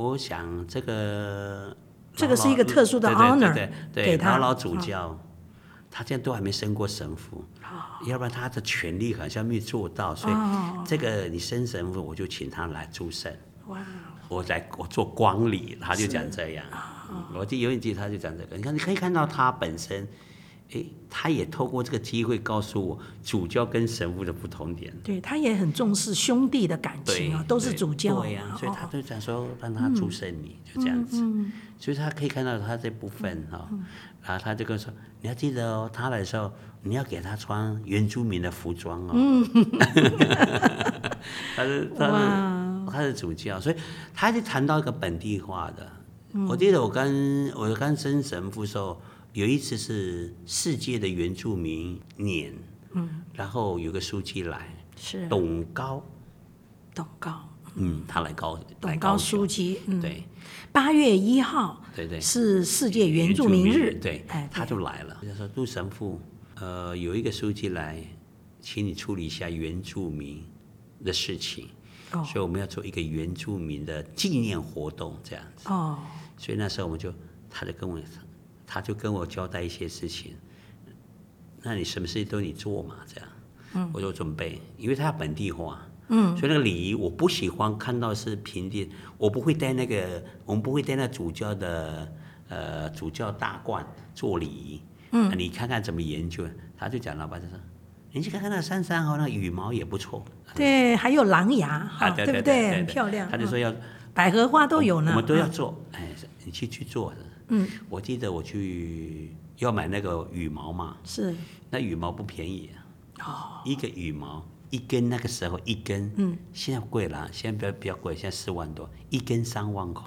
[SPEAKER 2] 我想这个
[SPEAKER 1] 这个是一个特殊的
[SPEAKER 2] 对对
[SPEAKER 1] honor
[SPEAKER 2] 对对
[SPEAKER 1] 给
[SPEAKER 2] 对，
[SPEAKER 1] 他啊
[SPEAKER 2] 老老主教，他现在都还没升过神父，要不然他的权利好像没有做到，所以
[SPEAKER 1] 哦
[SPEAKER 2] 这个你升神父，我就请他来助圣，
[SPEAKER 1] 哇，
[SPEAKER 2] 我来我做光礼，他就讲这样，
[SPEAKER 1] 啊
[SPEAKER 2] 嗯我就有点记得他就讲这个，你看你可以看到他本身。诶，他也透过这个机会告诉我主教跟神父的不同点，
[SPEAKER 1] 对他也很重视兄弟的感
[SPEAKER 2] 对
[SPEAKER 1] 情啊，，都是
[SPEAKER 2] 对
[SPEAKER 1] 主教
[SPEAKER 2] 对呀、啊
[SPEAKER 1] 嘛
[SPEAKER 2] 所以
[SPEAKER 1] 哦嗯
[SPEAKER 2] 他就讲说让他祝圣你，就这样子。所以他可以看到他这部分哈、然后他就跟我说：“你要记得哦，他来的时候你要给他穿原住民的服装哦。
[SPEAKER 1] 嗯
[SPEAKER 2] 他是他是他是主教，所以他就谈到一个本地化的。
[SPEAKER 1] 嗯
[SPEAKER 2] 我记得我跟我刚升神父的时候，有一次是世界的原住民年，嗯，然后有个书记来，
[SPEAKER 1] 是
[SPEAKER 2] 董高，
[SPEAKER 1] 董高
[SPEAKER 2] 嗯，他来高来
[SPEAKER 1] 董
[SPEAKER 2] 高
[SPEAKER 1] 高
[SPEAKER 2] 雄
[SPEAKER 1] 书记，嗯，
[SPEAKER 2] 对
[SPEAKER 1] 八月一号
[SPEAKER 2] 对对，
[SPEAKER 1] 是世界原住民日，
[SPEAKER 2] 对
[SPEAKER 1] 哎，，
[SPEAKER 2] 他就来了，他说杜神父，呃，有一个书记来，请你处理一下原住民的事情，
[SPEAKER 1] 哦
[SPEAKER 2] 所以我们要做一个原住民的纪念活动，这样子。
[SPEAKER 1] 哦，
[SPEAKER 2] 所以那时候我们就，他就跟我，他就跟我交代一些事情，那你什么事情都你做嘛，这样。嗯，我就准备，因为他要本地化，嗯，所以那个礼仪我不喜欢看到是平地，我不会带那个，我们不会带那主教的呃主教大冠做礼仪，嗯、你看看怎么研究，他就讲老板就说，你去看看那三三哦，那羽毛也不错，
[SPEAKER 1] 对，还有狼牙哈，
[SPEAKER 2] 啊对
[SPEAKER 1] 不
[SPEAKER 2] 对
[SPEAKER 1] 哦对？
[SPEAKER 2] 对
[SPEAKER 1] 很漂亮，
[SPEAKER 2] 他就
[SPEAKER 1] 嗯
[SPEAKER 2] 说要
[SPEAKER 1] 百合花都有呢，
[SPEAKER 2] 我们都要
[SPEAKER 1] 嗯
[SPEAKER 2] 做，哎，你去去做。嗯，我记得我去要买那个羽毛嘛，
[SPEAKER 1] 是
[SPEAKER 2] 那羽毛不便宜、
[SPEAKER 1] 哦
[SPEAKER 2] 啊，一个羽毛一根，那个时候一根，嗯，现在贵了，现在比较比较贵，现在四万多，一根三万块，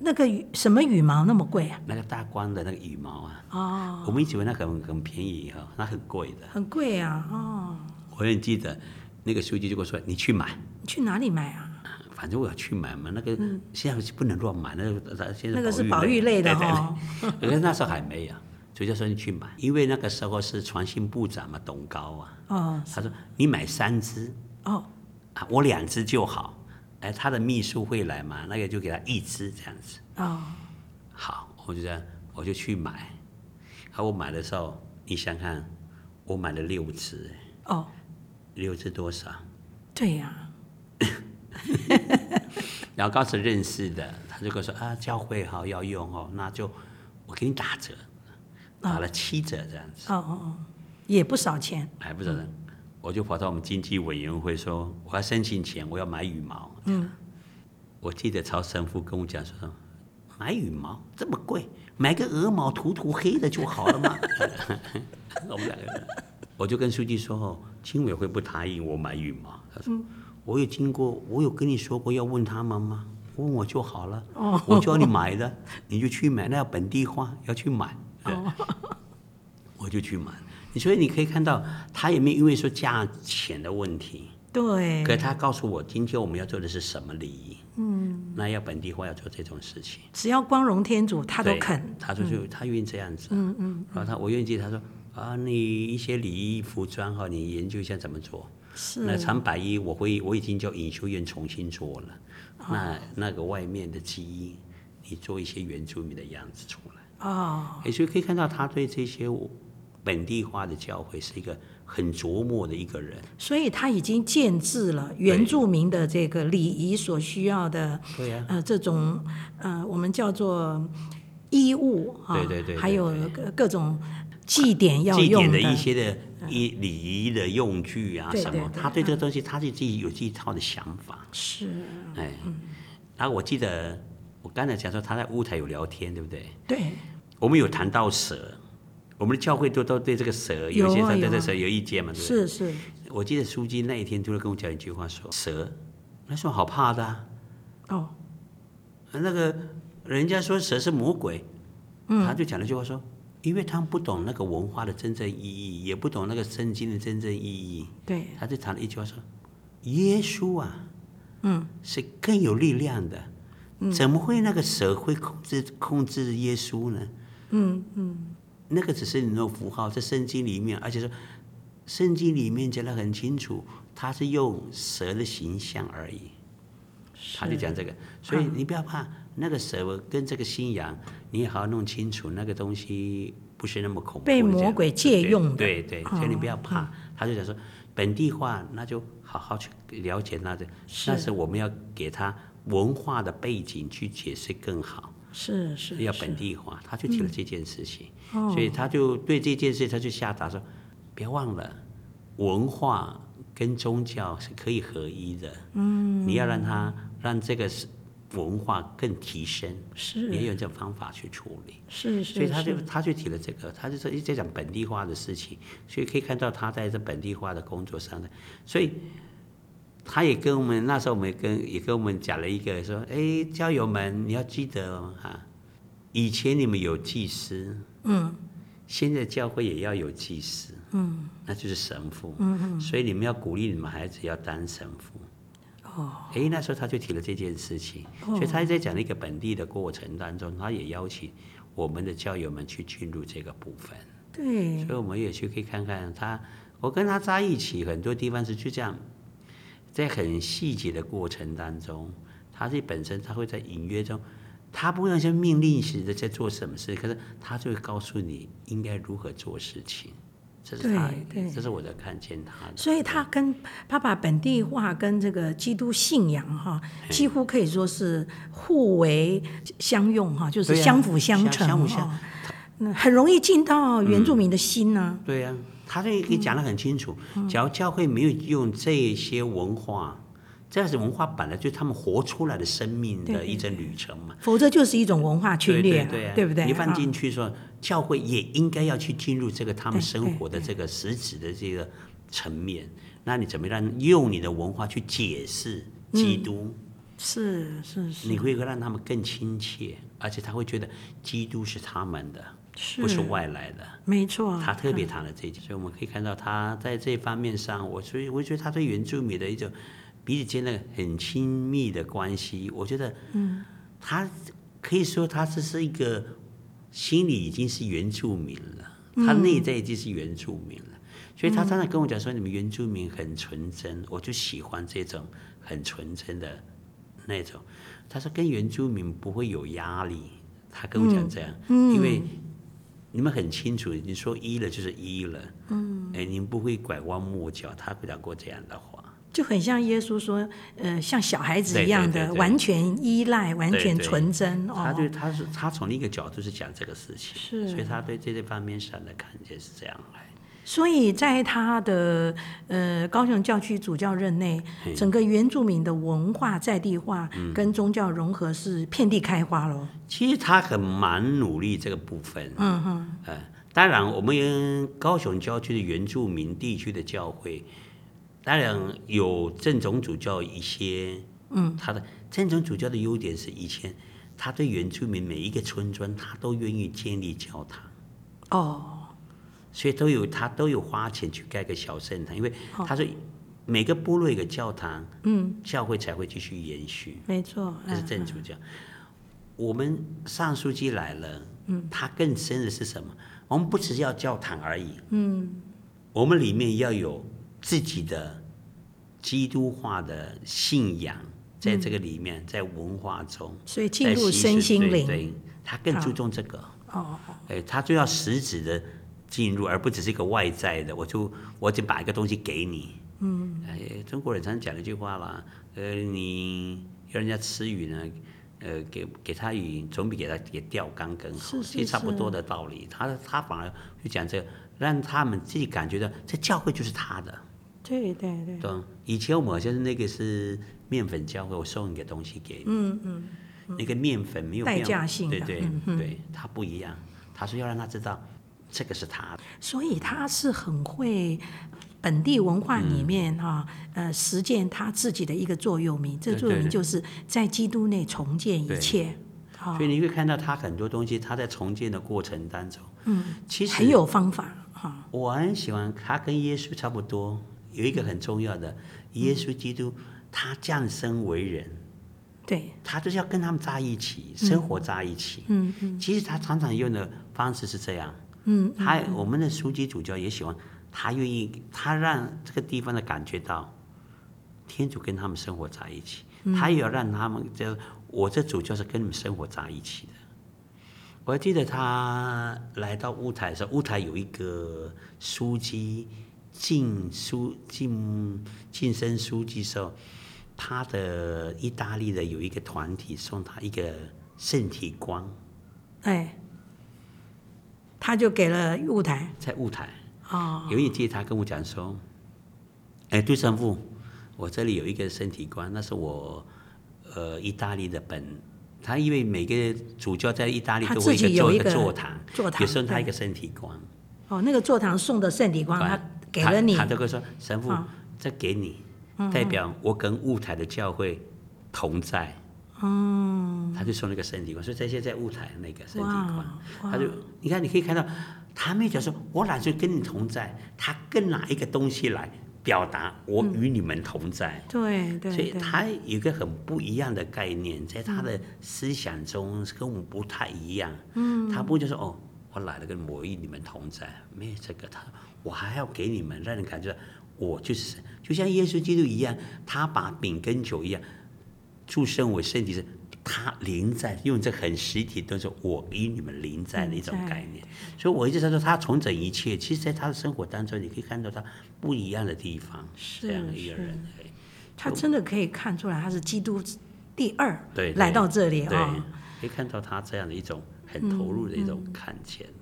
[SPEAKER 1] 那个羽什么羽毛那么贵啊？
[SPEAKER 2] 那个大光的那个羽毛啊，
[SPEAKER 1] 哦，
[SPEAKER 2] 我们一直以为那很很便宜哈、那很贵的。
[SPEAKER 1] 很贵啊，哦，
[SPEAKER 2] 我也记得那个书记就跟我说，你去买。
[SPEAKER 1] 你去哪里买啊？
[SPEAKER 2] 反正我要去买嘛，那个现在是不能乱买，那个现在
[SPEAKER 1] 嗯那个是保育类的
[SPEAKER 2] 对对对
[SPEAKER 1] 哦
[SPEAKER 2] 可是那时候还没有，啊主教说你去买，因为那个时候是传信部长嘛，董高啊，
[SPEAKER 1] 哦
[SPEAKER 2] 他说你买三只
[SPEAKER 1] 哦，
[SPEAKER 2] 啊，我两只就好，哎，他的秘书会来嘛，那个就给他一只这样子，
[SPEAKER 1] 哦，
[SPEAKER 2] 好，我就这样我就去买，然后我买的时候，你想看，我买了六只，哎
[SPEAKER 1] 哦，
[SPEAKER 2] 六只多少？
[SPEAKER 1] 对呀、
[SPEAKER 2] 然后刚时认识的，他就跟我说啊，教会哈、要用哦，那就我给你打折，打了七折这样子，
[SPEAKER 1] 哦哦哦，也不少钱，
[SPEAKER 2] 还不知道呢。我就跑到我们经济委员会说，我要申请钱，我要买羽毛。嗯，我记得曹神父跟我讲说，买羽毛这么 贵，买个鹅毛涂涂黑的就好了嘛。我们两个人，我就跟书记说哦，青委会不答应我买羽毛。他说，我有听过，我有跟你说过要问他们吗？问我就好了，
[SPEAKER 1] 哦
[SPEAKER 2] 我叫你买的，你就去买，那要本地化，要去买。对我就去买。所以你可以看到，他也没有因为说价钱的问题，
[SPEAKER 1] 对
[SPEAKER 2] 可，是他告诉我，今天我们要做的是什么礼仪。嗯，那要本地化要做这种事情，
[SPEAKER 1] 只要光荣天主，他都
[SPEAKER 2] 对
[SPEAKER 1] 肯。。
[SPEAKER 2] 他说就他愿意这样子。嗯嗯。然后他我愿意，他说啊，你一些礼仪服装哈，你研究一下怎么做。那
[SPEAKER 1] 是，
[SPEAKER 2] 长白衣我会我已经叫尹修院重新做了，那那个外面的基因，你做一些原住民的样子出来。
[SPEAKER 1] 哦，
[SPEAKER 2] 哎，所以可以看到他对这些本地化的教会是一个很琢磨的一个人。
[SPEAKER 1] 所以他已经建制了原住民的这个礼仪所需要的，
[SPEAKER 2] 对呀、
[SPEAKER 1] 呃，这种呃，我们叫做衣物啊，
[SPEAKER 2] 对对对对
[SPEAKER 1] 还有各各种祭典要
[SPEAKER 2] 祭典
[SPEAKER 1] 用嗯
[SPEAKER 2] 的一些的一礼仪的用具啊
[SPEAKER 1] 对
[SPEAKER 2] 什
[SPEAKER 1] 对
[SPEAKER 2] 么，
[SPEAKER 1] 对嗯
[SPEAKER 2] 他对这个东西他是自己有自己一套的想法。
[SPEAKER 1] 是，嗯
[SPEAKER 2] 哎，然后我记得我刚才讲说他在乌台有聊天，对不对？
[SPEAKER 1] 对，
[SPEAKER 2] 我们有谈到蛇，我们的教会都都对这个蛇
[SPEAKER 1] 有
[SPEAKER 2] 有
[SPEAKER 1] 啊
[SPEAKER 2] 一些对
[SPEAKER 1] 有啊
[SPEAKER 2] 这个蛇有意见嘛，对不对？
[SPEAKER 1] 是是，
[SPEAKER 2] 我记得书记那一天突然跟我讲一句话说蛇，那时候好怕的、啊。
[SPEAKER 1] 哦，
[SPEAKER 2] 那个人家说蛇是魔鬼，他就讲了一句话说，因为他们不懂那个文化的真正意义，也不懂那个圣经的真正意义，
[SPEAKER 1] 对，
[SPEAKER 2] 他就讲了一句话说，耶稣啊，嗯，是更有力量的，怎么会那个蛇会控制控制耶稣呢？嗯嗯，那个只是你的符号，在圣经里面，而且说圣经里面讲的很清楚，它是用蛇的形象而已。他就是讲这个，所以你不要怕那个蛇跟这个新羊，你也好好弄清楚那个东西不是那么恐怖的。
[SPEAKER 1] 被魔鬼借用的啊
[SPEAKER 2] 对对，对所以你不要怕。他就讲说本地化，那就好好去了解那的，
[SPEAKER 1] 是
[SPEAKER 2] 但是我们要给他文化的背景去解释更好，
[SPEAKER 1] 是是
[SPEAKER 2] 要
[SPEAKER 1] 是
[SPEAKER 2] 本地化。他就提了这件事情，
[SPEAKER 1] 哦
[SPEAKER 2] 所以他就对这件事他就下达说，别忘了文化跟宗教是可以合一的。嗯，你要让它让这个是文化更提升，
[SPEAKER 1] 是
[SPEAKER 2] 也用这方法去处理。
[SPEAKER 1] 是
[SPEAKER 2] 所以
[SPEAKER 1] 是，
[SPEAKER 2] 他就是他就提了这个，他就说一直在讲本地化的事情，所以可以看到他在这本地化的工作上的，所以他也跟我们那时候我们也跟也跟我们讲了一个说，哎，教友们你要记得哦哈、以前你们有祭司，
[SPEAKER 1] 嗯，
[SPEAKER 2] 现在教会也要有祭司，嗯，那就是神父，嗯所以你们要鼓励你们孩子要当神父。
[SPEAKER 1] 哦，
[SPEAKER 2] 哎，那时候他就提了这件事情，所以他在讲那个本地的过程当中，他也邀请我们的教友们去进入这个部分，
[SPEAKER 1] 对，
[SPEAKER 2] 所以我们也去可以看看他。我跟他在一起，很多地方是就这样，在很细节的过程当中，他是本身他会在隐约中，他不会像命令式的在做什么事，可是他就会告诉你应该如何做事情。这是他
[SPEAKER 1] 对对，
[SPEAKER 2] 这是我的看见他的。
[SPEAKER 1] 所以他跟他把本地化跟这个基督信仰哈，几乎可以说是互为相用哈，就是
[SPEAKER 2] 对啊
[SPEAKER 1] 相辅相成
[SPEAKER 2] 相相辅相
[SPEAKER 1] 哈。那很容易进到原住民的心呢、
[SPEAKER 2] 对呀、他这个讲得很清楚。
[SPEAKER 1] 嗯
[SPEAKER 2] 假如教会没有用这些文化，这样子文化本来就是他们活出来的生命的一种旅程嘛。
[SPEAKER 1] 否则就是一种文化侵
[SPEAKER 2] 对
[SPEAKER 1] 略
[SPEAKER 2] 对
[SPEAKER 1] 了，
[SPEAKER 2] 对啊，
[SPEAKER 1] 不对？
[SPEAKER 2] 你放
[SPEAKER 1] 啊
[SPEAKER 2] 进去说，教会也应该要去进入这个他们
[SPEAKER 1] 对
[SPEAKER 2] 生活的这个实质的这个层面。那你怎么让用你的文化去解释基督？
[SPEAKER 1] 是是嗯是
[SPEAKER 2] 你会让他们更亲切，而且他会觉得基督是他们的，
[SPEAKER 1] 是，
[SPEAKER 2] 不是外来的。
[SPEAKER 1] 没错，啊
[SPEAKER 2] 他特别谈了这一点，所以我们可以看到他在这方面上，我所以我觉得他对原住民的一种彼此间的很亲密的关系，我觉得，嗯，他可以说他这是一个心里已经是原住民了，
[SPEAKER 1] 嗯
[SPEAKER 2] 他内在已经是原住民了，所以他常常跟我讲说，你们原住民很纯真，我就喜欢这种很纯真的那种。他说跟原住民不会有压力，他跟我讲这样，
[SPEAKER 1] 嗯
[SPEAKER 2] 因为你们很清楚，你说一了就是一了，嗯，哎，你们不会拐弯抹角，他会讲过这样的话，
[SPEAKER 1] 就很像耶稣说，呃，像小孩子
[SPEAKER 2] 对
[SPEAKER 1] 一
[SPEAKER 2] 对
[SPEAKER 1] 样
[SPEAKER 2] 对
[SPEAKER 1] 的
[SPEAKER 2] 对
[SPEAKER 1] 完全依赖，完
[SPEAKER 2] 对
[SPEAKER 1] 全
[SPEAKER 2] 对
[SPEAKER 1] 纯真
[SPEAKER 2] 他
[SPEAKER 1] 哦。
[SPEAKER 2] 对他是他从另一个角度是讲这个事情，
[SPEAKER 1] 是
[SPEAKER 2] 所以他对这些方面上的看见是这样来。
[SPEAKER 1] 所以在他的呃高雄教区主教任内，整个原住民的文化在地化
[SPEAKER 2] 嗯
[SPEAKER 1] 跟宗教融合是遍地开花喽。
[SPEAKER 2] 其实他很蛮努力这个部分，嗯哼，呃，当然，我们高雄郊区的原住民地区的教会，当然有正统主教一些，嗯，他的正统主教的优点是以前他对原住民每一个村庄，他都愿意建立教堂。
[SPEAKER 1] 哦，
[SPEAKER 2] 所以都有他都有花钱去盖个小圣堂，因为他说每个部落有个教堂，
[SPEAKER 1] 嗯，
[SPEAKER 2] 教会才会继续延续，
[SPEAKER 1] 没错，
[SPEAKER 2] 这是
[SPEAKER 1] 嗯
[SPEAKER 2] 正主教。我们尚书记来了，嗯，他更深的是什么？我们不只是要教堂而已，嗯，我们里面要有自己的基督化的信仰，在这个里面，在文化中，
[SPEAKER 1] 所以进
[SPEAKER 2] 在
[SPEAKER 1] 入
[SPEAKER 2] 习
[SPEAKER 1] 身
[SPEAKER 2] 俗
[SPEAKER 1] 心
[SPEAKER 2] 对
[SPEAKER 1] 灵
[SPEAKER 2] 对，他更
[SPEAKER 1] 好
[SPEAKER 2] 注重这个。
[SPEAKER 1] 哦，
[SPEAKER 2] 哎，他就要实质的进入，而不只是一个外在的。我就我就把一个东西给你。嗯。哎，中国人常讲一句话啦，呃，你要人家吃鱼呢，呃，给给他鱼总比给他给钓竿更好，
[SPEAKER 1] 是是
[SPEAKER 2] 其实差不多的道理。他他反而就讲这个，让他们自己感觉到这教会就是他的。
[SPEAKER 1] 对对对，
[SPEAKER 2] 对，啊以前我们好像是那个是面粉教会，我送一个东西给你，嗯嗯，那个面粉没有
[SPEAKER 1] 代
[SPEAKER 2] 变
[SPEAKER 1] 价性
[SPEAKER 2] 对
[SPEAKER 1] 的
[SPEAKER 2] 对对，它不一样。他说要让他知道这个是他的，
[SPEAKER 1] 所以他是很会本地文化里面
[SPEAKER 2] 嗯
[SPEAKER 1] 哈、呃，实践他自己的一个座右铭。这
[SPEAKER 2] 对
[SPEAKER 1] 座右铭
[SPEAKER 2] 对
[SPEAKER 1] 就是在基督内重建一
[SPEAKER 2] 对
[SPEAKER 1] 切，啊
[SPEAKER 2] 所以你会看到他很多东西，他在重建的过程当中，嗯，其实
[SPEAKER 1] 很有方法哈、
[SPEAKER 2] 我很喜欢他跟耶稣差不多，有一个很重要的，耶稣基督他降生为人，
[SPEAKER 1] 对，
[SPEAKER 2] 他就是要跟他们在一起，生活在一起。
[SPEAKER 1] 嗯
[SPEAKER 2] 其实他常常用的方式是这样。嗯，他我们的书记主教也喜欢，他愿意，他让这个地方的感觉到，天主跟他们生活在一起，他也要让他们这我这主教是跟你们生活在一起的。我还记得他来到乌台的时候，乌台有一个书记进书进晋升书记的时候，他的意大利的有一个团体送他一个圣体光。
[SPEAKER 1] 哎，他就给了舞台
[SPEAKER 2] 在雾台，
[SPEAKER 1] 哦，
[SPEAKER 2] 有一天他跟我讲说：“哎，杜神父，我这里有一个身体官，那是我呃意大利的本。他因为每个主教在意大利
[SPEAKER 1] 他
[SPEAKER 2] 都会
[SPEAKER 1] 自己
[SPEAKER 2] 做
[SPEAKER 1] 有一
[SPEAKER 2] 一个
[SPEAKER 1] 个
[SPEAKER 2] 座堂，
[SPEAKER 1] 座堂
[SPEAKER 2] 也送他
[SPEAKER 1] 对
[SPEAKER 2] 一个身体官。
[SPEAKER 1] 哦，那个座堂送的圣体光，他给了你嗯
[SPEAKER 2] 他，他就会说神父，这给你，代表我跟雾台的教会同在。”嗯，他就送了一个身体官，所以这些在雾台那个身体官
[SPEAKER 1] 哇，哇
[SPEAKER 2] 他就你看，你可以看到，他没有讲说我哪就跟你同在，他更拿一个东西来表达我与你们同在，
[SPEAKER 1] 对
[SPEAKER 2] 所
[SPEAKER 1] 对
[SPEAKER 2] 以
[SPEAKER 1] 对，嗯
[SPEAKER 2] 他有一个很不一样的概念，在他的思想中跟我们不太一样。嗯，他不就说哦，我来了跟我与你们同在，没有这个，他我还要给你们，让人感觉到我就是神，就像耶稣基督一样，他把饼跟酒一样，注身我身体是。他临在，用这很实体的动作，我与你们临在的一种
[SPEAKER 1] 临在
[SPEAKER 2] 概念。所以我一直在说，他重整一切。其实，在他的生活当中，你可以看到他不一样的地方，这样的一个
[SPEAKER 1] 是
[SPEAKER 2] 人。哎
[SPEAKER 1] 他真的可以看出来他是基督第二
[SPEAKER 2] 对，
[SPEAKER 1] 来
[SPEAKER 2] 对
[SPEAKER 1] 到这里
[SPEAKER 2] 对
[SPEAKER 1] 啊、，
[SPEAKER 2] 可以看到他这样的一种很投入的一种看见。嗯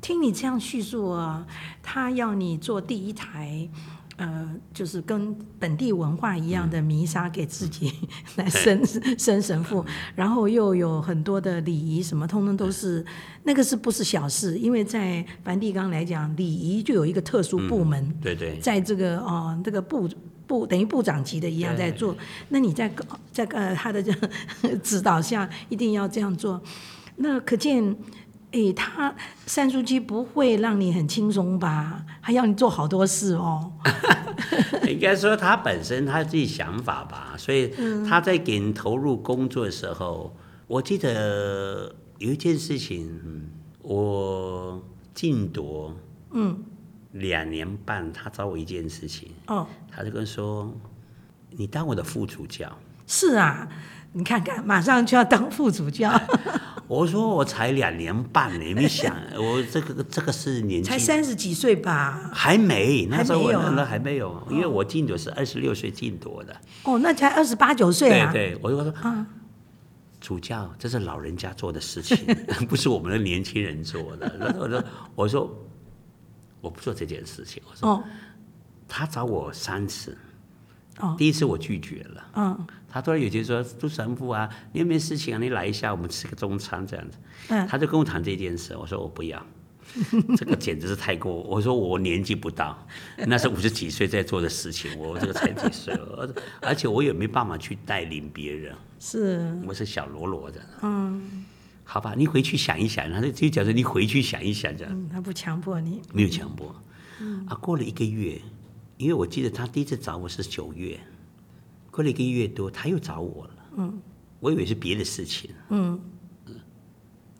[SPEAKER 1] 听你这样叙述啊，他要你做第一台，呃，就是跟本地文化一样的弥撒给自己、
[SPEAKER 2] 嗯
[SPEAKER 1] 来升升神父，然后又有很多的礼仪什么，通通都是
[SPEAKER 2] 嗯
[SPEAKER 1] 那个是不是小事？因为在梵蒂冈来讲，礼仪就有一个特殊
[SPEAKER 2] 嗯
[SPEAKER 1] 部门，
[SPEAKER 2] 对对
[SPEAKER 1] 在这个哦，这个部部等于部长级的一样
[SPEAKER 2] 对
[SPEAKER 1] 在做。那你在在呃他的这 指导下，一定要这样做。那可见，诶，他三书记不会让你很轻松吧？还要你做好多事哦。
[SPEAKER 2] 对，应该说 他本身他自己想法吧，所以他在给人投入工作的时候，我记得有一件事情，嗯我禁夺，嗯，两年半，他找我一件事情，
[SPEAKER 1] 哦，
[SPEAKER 2] 他就跟我说，你当我的副主教。
[SPEAKER 1] 是啊，你看看，马上就要当副主 教，
[SPEAKER 2] 我说我才两年半呢，你想我这个这个是年纪
[SPEAKER 1] 才三十几岁吧？
[SPEAKER 2] 还没，那时候我
[SPEAKER 1] 还没有啊
[SPEAKER 2] 那还没有，因为我进夺是二十六岁进夺的。
[SPEAKER 1] 哦，那才二十八九岁啊。
[SPEAKER 2] 对，我就说，主教这是老人家做的 事情，不是我们的年轻人做的。然后我说，我说我不做这件事情。我说
[SPEAKER 1] 哦，
[SPEAKER 2] 他找我三次，
[SPEAKER 1] 哦
[SPEAKER 2] 第一次我拒绝了。
[SPEAKER 1] 嗯
[SPEAKER 2] 他突然有一天说：“杜神父啊，你有没有事情啊？你来一下，我们吃个中餐这样子。
[SPEAKER 1] 嗯
[SPEAKER 2] 他就跟我谈这件事，我说我不要。 这个简直是太过。我说我年纪不大，那是五十几岁在做的事情，我这个才几岁，而而且我也没办法去带领别人，
[SPEAKER 1] 是，
[SPEAKER 2] 我是小喽啰的。
[SPEAKER 1] 嗯
[SPEAKER 2] 好吧，你回去想一想，他就就讲说你回去想一想这样，
[SPEAKER 1] 嗯，他不强迫你，
[SPEAKER 2] 没有强迫。啊，过了一个月，因为我记得他第一次找我是九月，过了一个月多，他又找我了。嗯，我以为是别的事情。
[SPEAKER 1] 嗯，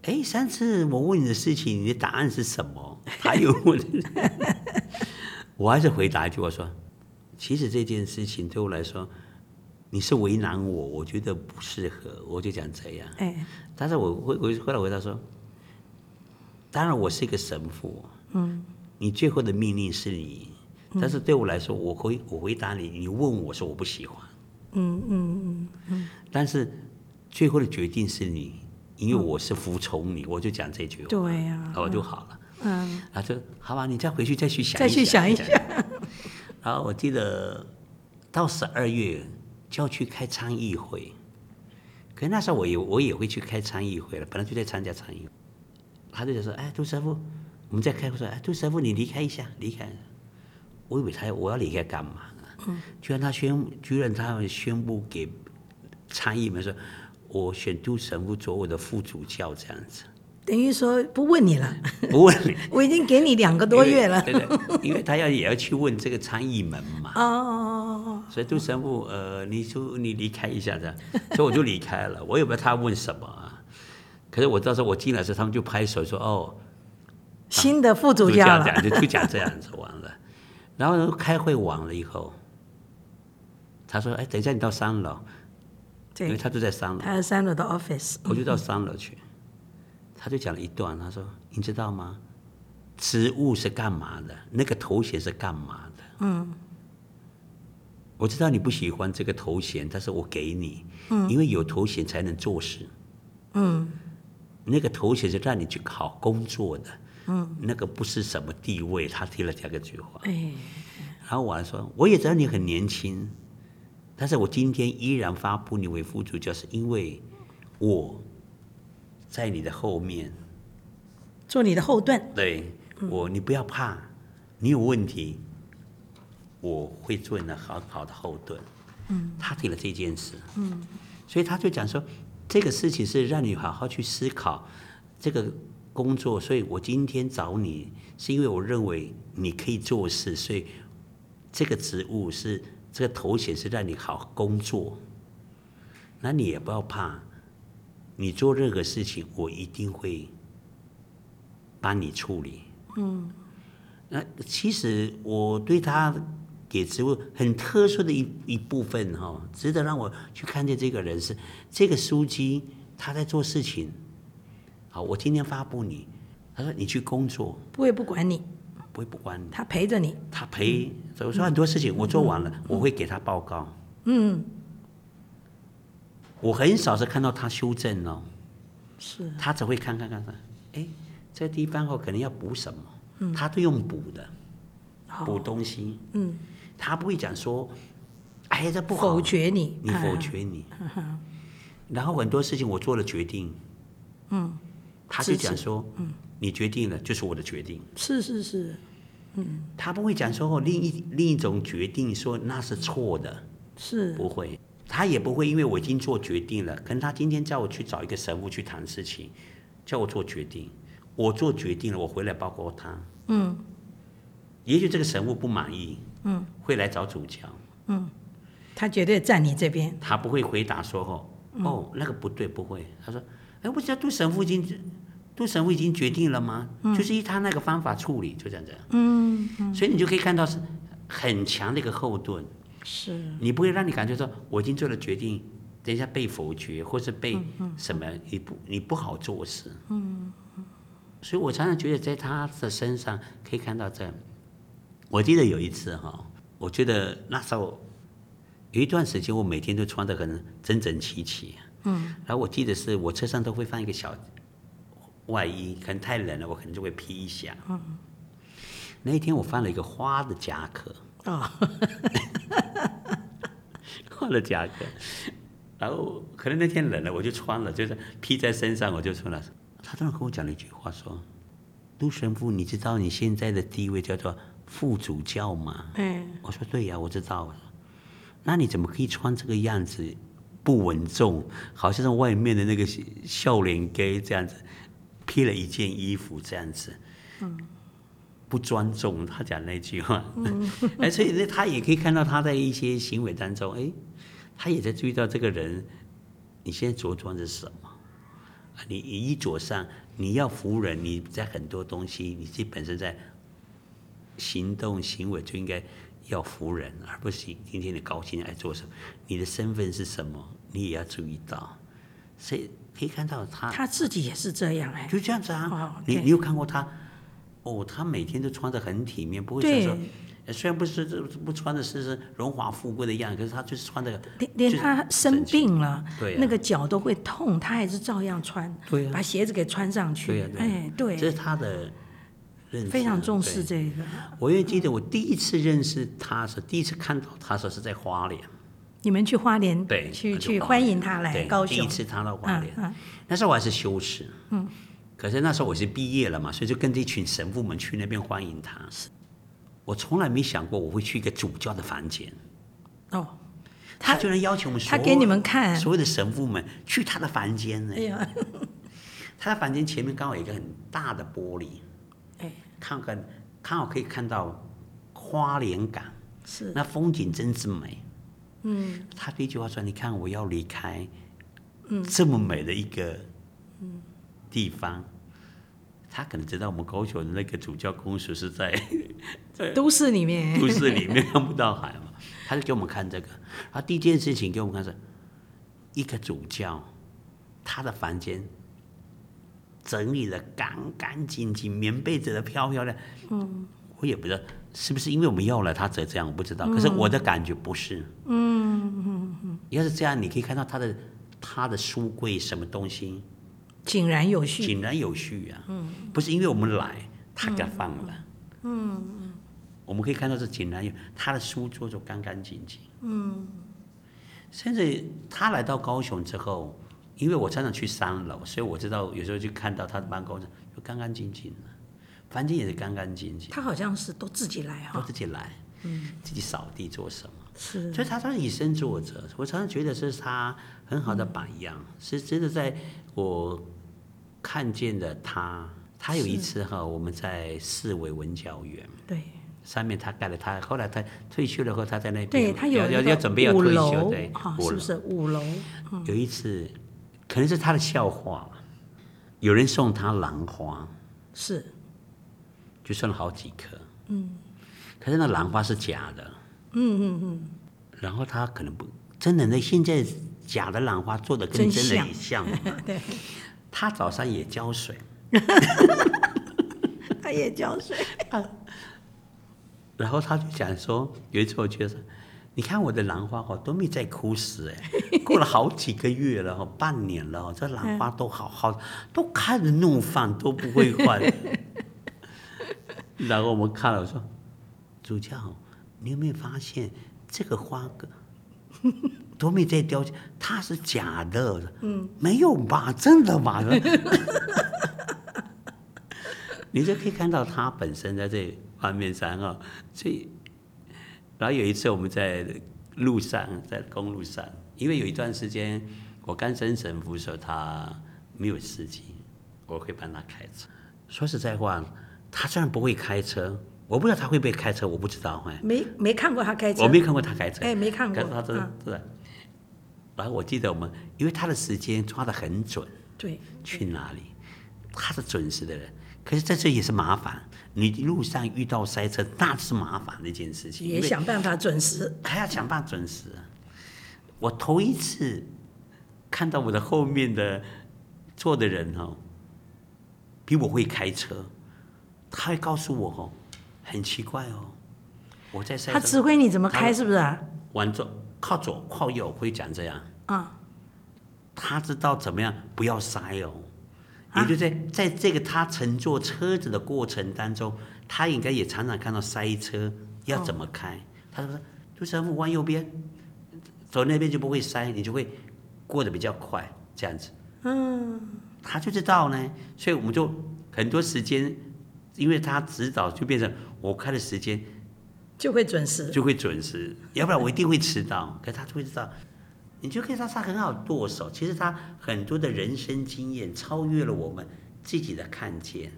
[SPEAKER 2] 哎，上次我问你的事情，你的答案是什么？他又问， 我还是回答一句，我说，其实这件事情对我来说，你是为难我，我觉得不适合，我就讲这样。
[SPEAKER 1] 哎，
[SPEAKER 2] 但是我会回后来回答说，当然我是一个神父，
[SPEAKER 1] 嗯，
[SPEAKER 2] 你最后的命令是你，但是对我来说，我回我回答你，你问我说我不喜欢，
[SPEAKER 1] 嗯嗯
[SPEAKER 2] 但是最后的决定是你，因为我是服从你，我就讲这句
[SPEAKER 1] 嗯，
[SPEAKER 2] 话，
[SPEAKER 1] 对呀、
[SPEAKER 2] 然后就啊好了。
[SPEAKER 1] 嗯，
[SPEAKER 2] 然啊后就好吧，你再回去再去想一
[SPEAKER 1] 再去想一
[SPEAKER 2] 想。然后我记得到十二月就要去开参议会，可是那时候我也我也会去开参议会了，本来就在参加参议会。他就说：“哎，杜师傅，我们在开会说，哎，杜师傅你离开一下，离开。”我以为他我要离开干嘛呢？
[SPEAKER 1] 嗯
[SPEAKER 2] 居然他宣，居然他们宣布给参议们说，我选杜神父做我的副主教这样子。
[SPEAKER 1] 等于说不问你了，
[SPEAKER 2] 不问你，
[SPEAKER 1] 我已经给你两个多月了，
[SPEAKER 2] 对对，因为他要也要去问这个参议门嘛，
[SPEAKER 1] 哦哦
[SPEAKER 2] 所以杜神父，呃，你就你离开一下的， 所以我就离开了，我也不知道他问什么啊。可是我到时候我进来的时候，他们就拍手说：“哦，
[SPEAKER 1] 哦，新的副主
[SPEAKER 2] 就这
[SPEAKER 1] 教
[SPEAKER 2] 样
[SPEAKER 1] 了，
[SPEAKER 2] 讲，就就讲这样子完了。”然后开会完了以后，他说：“哎，等一下你到三楼，因为
[SPEAKER 1] 对，
[SPEAKER 2] 他住在三楼。”
[SPEAKER 1] 他有三楼的 office，
[SPEAKER 2] 我就到三楼去，他就讲了一段，他说：“你知道吗？职务是干嘛的？那个头衔是干嘛的？”嗯，我知道你不喜欢这个头衔，但是我给你，嗯，因为有头衔才能做事。
[SPEAKER 1] 嗯，
[SPEAKER 2] 那个头衔是让你去考工作的，嗯，那个不是什么地位。他提了这样一句话，
[SPEAKER 1] 哎，
[SPEAKER 2] 然后我还说，我也知道你很年轻，但是我今天依然发布你为副主教，是因为我在你的后面，
[SPEAKER 1] 做你的后盾，
[SPEAKER 2] 对我，你不要怕，你有问题，我会做你的好好的后盾。嗯，他提了这件事，嗯，所以他就讲说，这个事情是让你好好去思考这个工作，所以我今天找你是因为我认为你可以做事，所以这个职务是这个头衔是让你好好工作，那你也不要怕，你做任何事情我一定会帮你处理。嗯，那其实我对他给职务很特殊的一一部分哈、值得让我去看见这个人是这个书记他在做事情。好，我今天发布你，他说你去工作，
[SPEAKER 1] 不会不管你，
[SPEAKER 2] 不会不管你。
[SPEAKER 1] 他陪着你，
[SPEAKER 2] 他陪，所以我说很多事情我做完了，我会给他报告。
[SPEAKER 1] 嗯，
[SPEAKER 2] 我很少是看到他修正哦，
[SPEAKER 1] 是，
[SPEAKER 2] 他只会看看看看，哎，这地方哦可能要补什
[SPEAKER 1] 嗯
[SPEAKER 2] 么，他都用补的，补
[SPEAKER 1] 好，
[SPEAKER 2] 东西，
[SPEAKER 1] 哦嗯，
[SPEAKER 2] 他不会讲说，哎，这不好，
[SPEAKER 1] 否决嗯你，哎
[SPEAKER 2] 你否决你。然后很多事情我做了决定，嗯，他就
[SPEAKER 1] 支持
[SPEAKER 2] 讲说，嗯，你决定了就是我的决定，
[SPEAKER 1] 啊，是是是
[SPEAKER 2] 他不会讲说哦另一另一种决定说那是错的，
[SPEAKER 1] 是，
[SPEAKER 2] 不会，他也不会，因为我已经做决定了。可能他今天叫我去找一个神父去谈事情，叫我做决定，我做决定了，我回来报告他。嗯，也许这个神父不满意，嗯，会来找主教，
[SPEAKER 1] 他绝对站你这边，
[SPEAKER 2] 他不会回答说哦，哦那个不对，不会。他说，哎，我只要杜神父已经，杜神父已经决定了吗？就是依他那个方法处理，就这样子。嗯，所以你就可以看到是很强的一个后盾。
[SPEAKER 1] 是，
[SPEAKER 2] 你不会让你感觉说我已经做了决定，等一下被否决或是被什么，你不你不好做事。嗯，所以我常常觉得在他的身上可以看到这样。我记得有一次哈、我觉得那时候有一段时间，我每天都穿的很整整齐齐。嗯，然后我记得是我车上都会放一个小外衣，可能太冷了，我可能就会披一下。嗯，那一天我放了一个花的夹克。
[SPEAKER 1] 哦，
[SPEAKER 2] 换了夹克， 然后可能那天冷了，我就穿了，就是披在身上，我就穿了。他突然跟我讲了一句话，说：“陆神父，你知道你现在的地位叫做副主教吗？
[SPEAKER 1] 哎，
[SPEAKER 2] 我说对呀、我知道。那你怎么可以穿这个样子不稳重，好像外面的那个笑笑脸 gay 这样子，披了一件衣服这样子，不庄重。他讲那句话， 哎，所以呢，他也可以看到他在一些行为当中，哎，他也在注意到这个人，你现在着装是什么？啊你衣着上，你要服人，你在很多东西，你自己本身在行动行为就应该要服人，而不是今天你高兴爱做什么。你的身份是什么，你也要注意到。所以可以看到他
[SPEAKER 1] 他自己也是这样哎，
[SPEAKER 2] 就这样子
[SPEAKER 1] 哦
[SPEAKER 2] 啊。
[SPEAKER 1] ，OK
[SPEAKER 2] 你你有看过他？哦，他每天都穿的很体面，不会
[SPEAKER 1] 对
[SPEAKER 2] 想说，呃虽然不是这不穿的是是荣华富贵的样子，可是他就是穿的
[SPEAKER 1] 连连他生病了，
[SPEAKER 2] 对啊
[SPEAKER 1] 那个脚都会痛，他还是照样穿，
[SPEAKER 2] 对呀
[SPEAKER 1] 把鞋子给穿上
[SPEAKER 2] 对
[SPEAKER 1] 去
[SPEAKER 2] 啊呀，对呀
[SPEAKER 1] 哎，
[SPEAKER 2] 这
[SPEAKER 1] 对，
[SPEAKER 2] 是他的认知，
[SPEAKER 1] 非常重视
[SPEAKER 2] 对
[SPEAKER 1] 这个。
[SPEAKER 2] 我也记得我第一次认识他的时，候，第一次看到他的时候是在花莲，
[SPEAKER 1] 你们去花莲，
[SPEAKER 2] 对，
[SPEAKER 1] 去
[SPEAKER 2] 他就
[SPEAKER 1] 去
[SPEAKER 2] 花
[SPEAKER 1] 欢
[SPEAKER 2] 莲
[SPEAKER 1] 迎他来
[SPEAKER 2] 对
[SPEAKER 1] 哎高
[SPEAKER 2] 第一
[SPEAKER 1] 雄，
[SPEAKER 2] 次他到花
[SPEAKER 1] 啊
[SPEAKER 2] 莲，
[SPEAKER 1] 啊，
[SPEAKER 2] 那时候我还是修士，嗯，可是那时候我是毕业了嘛，所以就跟这群神父们去那边欢迎他。我从来没想过我会去一个主教的房间，
[SPEAKER 1] 哦，
[SPEAKER 2] 他
[SPEAKER 1] 他
[SPEAKER 2] 居然邀请我们所
[SPEAKER 1] 他
[SPEAKER 2] 有，
[SPEAKER 1] 给你们看
[SPEAKER 2] 所有的神父们去他的房间呢
[SPEAKER 1] 哎。呀，
[SPEAKER 2] 他的房间前面刚好有一个很大的玻璃，
[SPEAKER 1] 哎，
[SPEAKER 2] 看看刚好可以看到花莲港，
[SPEAKER 1] 是
[SPEAKER 2] 那风景真是美。
[SPEAKER 1] 嗯，
[SPEAKER 2] 他第一句话说：“你看，我要离开，这么美的一个
[SPEAKER 1] 嗯
[SPEAKER 2] 地方。他可能知道我们高雄的那个主教公署是在
[SPEAKER 1] 都市里 面
[SPEAKER 2] 都市里面看不到海 嘛，他就给我们看这个。他第一件事情给我们看是，一个主教，他的房间整理的干干净净，棉被折的漂漂亮。嗯，我也不知道是不是因为我们要了他才这样，我不知道。可是我的感觉不是。嗯嗯嗯。要是这样，你可以看到他的他的书柜什么东西
[SPEAKER 1] 井然有序，
[SPEAKER 2] 井然有序啊。嗯。不是因为我们来，他给放了。嗯我们可以看到这井然有，他的书桌就干干净净。嗯。甚至他来到高雄之后，因为我常常去三楼，所以我知道有时候就看到他的办公室就干干净净的，房间也是干干净净，
[SPEAKER 1] 他好像是都自己来
[SPEAKER 2] 都
[SPEAKER 1] 哈，
[SPEAKER 2] 自己来，哎嗯，自己扫地做什么。
[SPEAKER 1] 是
[SPEAKER 2] 所以他他以身作则，我常常觉得这是他很好的榜样，是真的在我看见的他。他有一次哈，我们在四维文教园
[SPEAKER 1] 对
[SPEAKER 2] 上面，他盖了他，后来他退休了后，他在那边
[SPEAKER 1] 对，他有
[SPEAKER 2] 要
[SPEAKER 1] 一
[SPEAKER 2] 要
[SPEAKER 1] 个
[SPEAKER 2] 要准备要
[SPEAKER 1] 五
[SPEAKER 2] 退
[SPEAKER 1] 楼
[SPEAKER 2] 休，对，
[SPEAKER 1] 哈，是嗯
[SPEAKER 2] 五楼
[SPEAKER 1] 不是五楼？
[SPEAKER 2] 有一次，可能是他的笑话，有人送他兰花，
[SPEAKER 1] 是
[SPEAKER 2] 就送了好几颗，嗯，可是那兰花是假的，
[SPEAKER 1] 嗯嗯嗯，
[SPEAKER 2] 然后他可能不真的那现在假的兰花做的跟
[SPEAKER 1] 真
[SPEAKER 2] 真的
[SPEAKER 1] 像
[SPEAKER 2] 也 像，
[SPEAKER 1] 对，
[SPEAKER 2] 他早上也浇水，
[SPEAKER 1] 他也浇水，
[SPEAKER 2] 然后他就讲说，有一次我觉得，你看我的兰花哦都没在枯死 哎，过了好几个月了哦，半年了哦，这兰花都好好，都开着怒放，都不会 坏。然后我们看了我说，主教，你有没有发现这个花格都没在凋谢，它是假的，嗯，没有吧，真的吧？ 你就可以看到他本身在这方面上啊，所以，然后有一次我们在路上，在公路上，因为有一段时间我刚升神父的时候，他没有司机，我会帮他开车。说实在话，他虽然不会开车，我不知道他会不会开车，我不知道哎，
[SPEAKER 1] 没没看过他开车，
[SPEAKER 2] 我没看过他开车，
[SPEAKER 1] 哎没看过
[SPEAKER 2] 可是他真的
[SPEAKER 1] 嗯
[SPEAKER 2] 真的。然后我记得我们，因为他的时间抓得很准，
[SPEAKER 1] 对，
[SPEAKER 2] 去哪里，他是准时的人。可是在这也是麻烦，你路上遇到塞车，那是麻烦的一件事情。
[SPEAKER 1] 也想办法准时，
[SPEAKER 2] 还要想办法准时。我头一次看到我的后面的坐的人哦，比我会开车，他会告诉我哦，很奇怪哦，我在塞
[SPEAKER 1] 他
[SPEAKER 2] 车
[SPEAKER 1] 指挥你怎么
[SPEAKER 2] 他
[SPEAKER 1] 开，是不是啊？
[SPEAKER 2] 往左靠左靠右会讲这样。
[SPEAKER 1] 啊，
[SPEAKER 2] 他知道怎么样不要塞哦。也就在在这个他乘坐车子的过程当中，他应该也常常看到塞车要怎么开。哦他说：“朱师傅弯右边，走那边就不会塞，你就会过得比较快。”这样子，嗯，他就知道呢，所以我们就很多时间因为他指导就变成我开的时间
[SPEAKER 1] 就会准时。
[SPEAKER 2] 就会准时，要不然我一定会迟到。可是他就会知道，你就可以让他很好剁手。其实他很多的人生经验超越了我们自己的看见，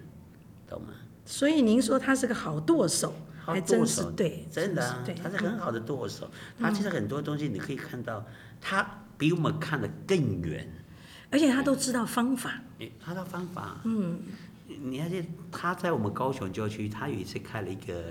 [SPEAKER 2] 懂吗？
[SPEAKER 1] 所以您说他是个好剁手，
[SPEAKER 2] 好
[SPEAKER 1] 还
[SPEAKER 2] 剁
[SPEAKER 1] 真是
[SPEAKER 2] 手，
[SPEAKER 1] 对，
[SPEAKER 2] 真的、啊
[SPEAKER 1] 是，
[SPEAKER 2] 他
[SPEAKER 1] 对，嗯
[SPEAKER 2] 是很好的剁手。他其实很多东西你可以看到，他比我们看得更远。
[SPEAKER 1] 而且他都知道方法。
[SPEAKER 2] 诶他的方法，嗯，你还记得他在我们高雄郊区，他有一次开了一个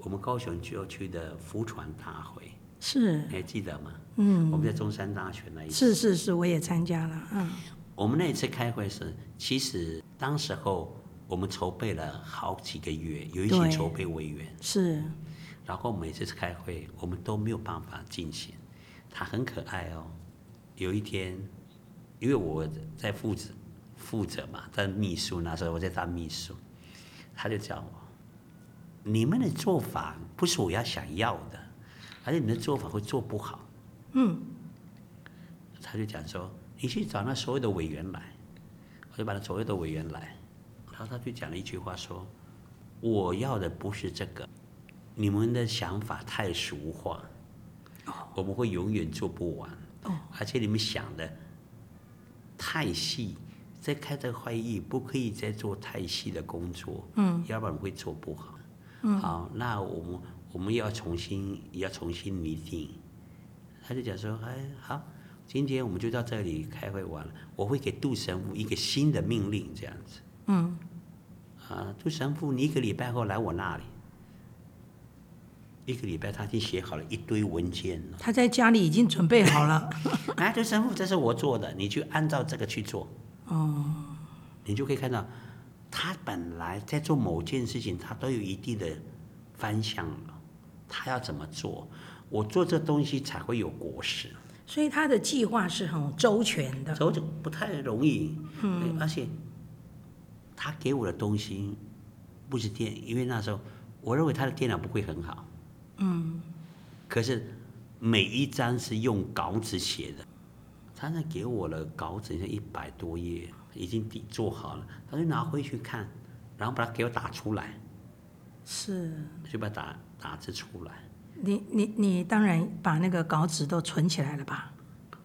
[SPEAKER 2] 我们高雄郊区的福船大会，
[SPEAKER 1] 是，
[SPEAKER 2] 你还记得吗？嗯，我们在中山大学那一
[SPEAKER 1] 是
[SPEAKER 2] 次，
[SPEAKER 1] 是是，我也参加了，嗯，
[SPEAKER 2] 我们那一次开会是，其实当时候我们筹备了好几个月，有一
[SPEAKER 1] 对
[SPEAKER 2] 些筹备委员，
[SPEAKER 1] 是，
[SPEAKER 2] 然后每次开会我们都没有办法进行。他很可爱哦，有一天，因为我在负责负责嘛，当秘书那时候我在当秘书，他就叫我，你们的做法不是我要想要的，而且你们的做法会做不好。嗯，他就讲说，你去找那所有的委员来，我就把那所有的委员来，然后他就讲了一句话说，我要的不是这个，你们的想法太俗化，我们会永远做不完。而且你们想的太细，在开的会议不可以再做太细的工作，嗯，要不然会做不好。嗯，好，那我们我们要重新也要重新拟定。他就讲说，哎，好，今天我们就到这里开会完了，我会给杜神父一个新的命令，这样子。嗯。啊，杜神父，你一个礼拜后来我那里。一个礼拜，他已经写好了一堆文件了。
[SPEAKER 1] 他在家里已经准备好了，
[SPEAKER 2] 哎，对，神父，这是我做的，你去按照这个去做。哦。你就可以看到，他本来在做某件事情，他都有一定的方向了，他要怎么做，我做这东西才会有果实。
[SPEAKER 1] 所以他的计划是很周全的。
[SPEAKER 2] 走走不太容易，嗯，而且他给我的东西不是电，因为那时候我认为他的电脑不会很好，嗯，可是每一张是用稿纸写的，他那给我的稿纸像一百多页，已经底做好了，他就拿回去看，然后把它给我打出来，
[SPEAKER 1] 是
[SPEAKER 2] 就把它打打字出来，
[SPEAKER 1] 你你你当然把那个稿纸都存起来了吧？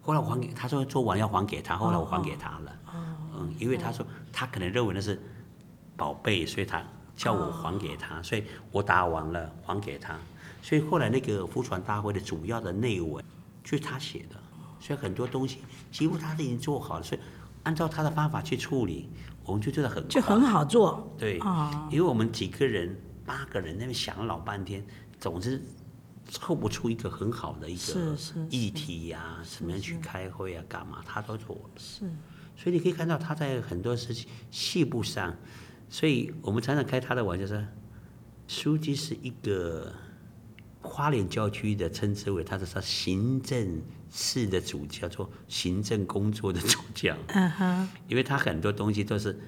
[SPEAKER 2] 后来我还给他说做完要还给他，后来我还给他了。嗯，因为他说他可能认为那是宝贝，所以他叫我还给他，所以我打完了还给他。所以后来那个福传大会的主要的内文就是他写的，所以很多东西几乎他都已经做好了，所以按照他的方法去处理，我们就做得很
[SPEAKER 1] 就
[SPEAKER 2] 快
[SPEAKER 1] 很好做，哦
[SPEAKER 2] 对，因为我们几个人八个人那边想了老半天，总是凑不出一个很好的一
[SPEAKER 1] 是
[SPEAKER 2] 个
[SPEAKER 1] 是
[SPEAKER 2] 议题呀、怎么样去开会啊，干嘛他都做了。是，所以你可以看到他在很多事情细部上，所以我们常常开他的玩笑说，书记是一个。花莲郊区的称之为他是他行政室的主教，做行政工作的主教，
[SPEAKER 1] 嗯哼，
[SPEAKER 2] 因为他很多东西都是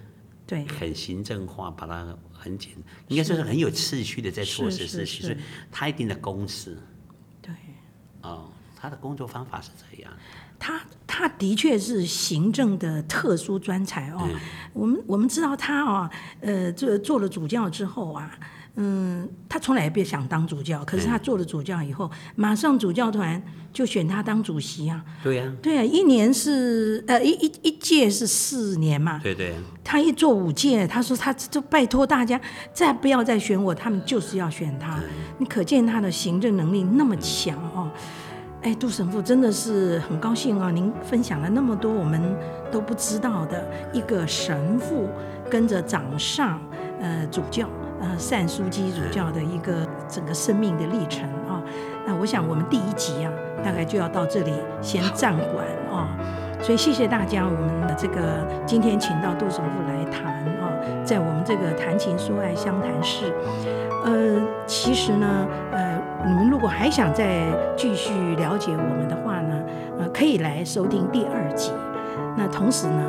[SPEAKER 1] 对，
[SPEAKER 2] 很行政化，把它很简，应该说是很有秩序的在做
[SPEAKER 1] 是
[SPEAKER 2] 这
[SPEAKER 1] 是
[SPEAKER 2] 事情，所以他一定的公式
[SPEAKER 1] 对，
[SPEAKER 2] 哦，他的工作方法是这样。
[SPEAKER 1] 他他的确是行政的特殊专才哦。我们我们知道他哦，呃，做做了主教之后啊，嗯，他从来也别想当主教，可是他做了主教以后，马上主教团就选他当主席啊。
[SPEAKER 2] 对呀、
[SPEAKER 1] 对啊，一年是呃一一一届是四年嘛，
[SPEAKER 2] 对对、
[SPEAKER 1] 他一做五届，他说他就拜托大家再不要再选我，他们就是要选他。你可见他的行政能力那么强哦。哎，杜神父真的是很高兴哦，您分享了那么多我们都不知道的一个神父跟着掌上呃主教呃单书记主教的一个整个生命的历程啊、那我想我们第一集啊，大概就要到这里先暂缓啊、所以谢谢大家，我们的这个今天请到杜神父来谈啊、在我们这个谈情说爱相谈室，呃，其实呢，呃，你们如果还想再继续了解我们的话呢，呃，可以来收听第二集。那同时呢，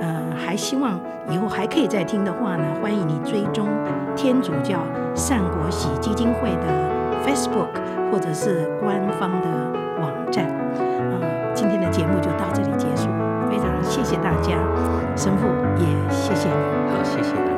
[SPEAKER 1] 呃，还希望以后还可以再听的话呢，欢迎你追踪天主教善国喜基金会的 Facebook 或者是官方的网站。呃，今天的节目就到这里结束，非常谢谢大家，神父也谢谢你。
[SPEAKER 2] 好，谢谢大家。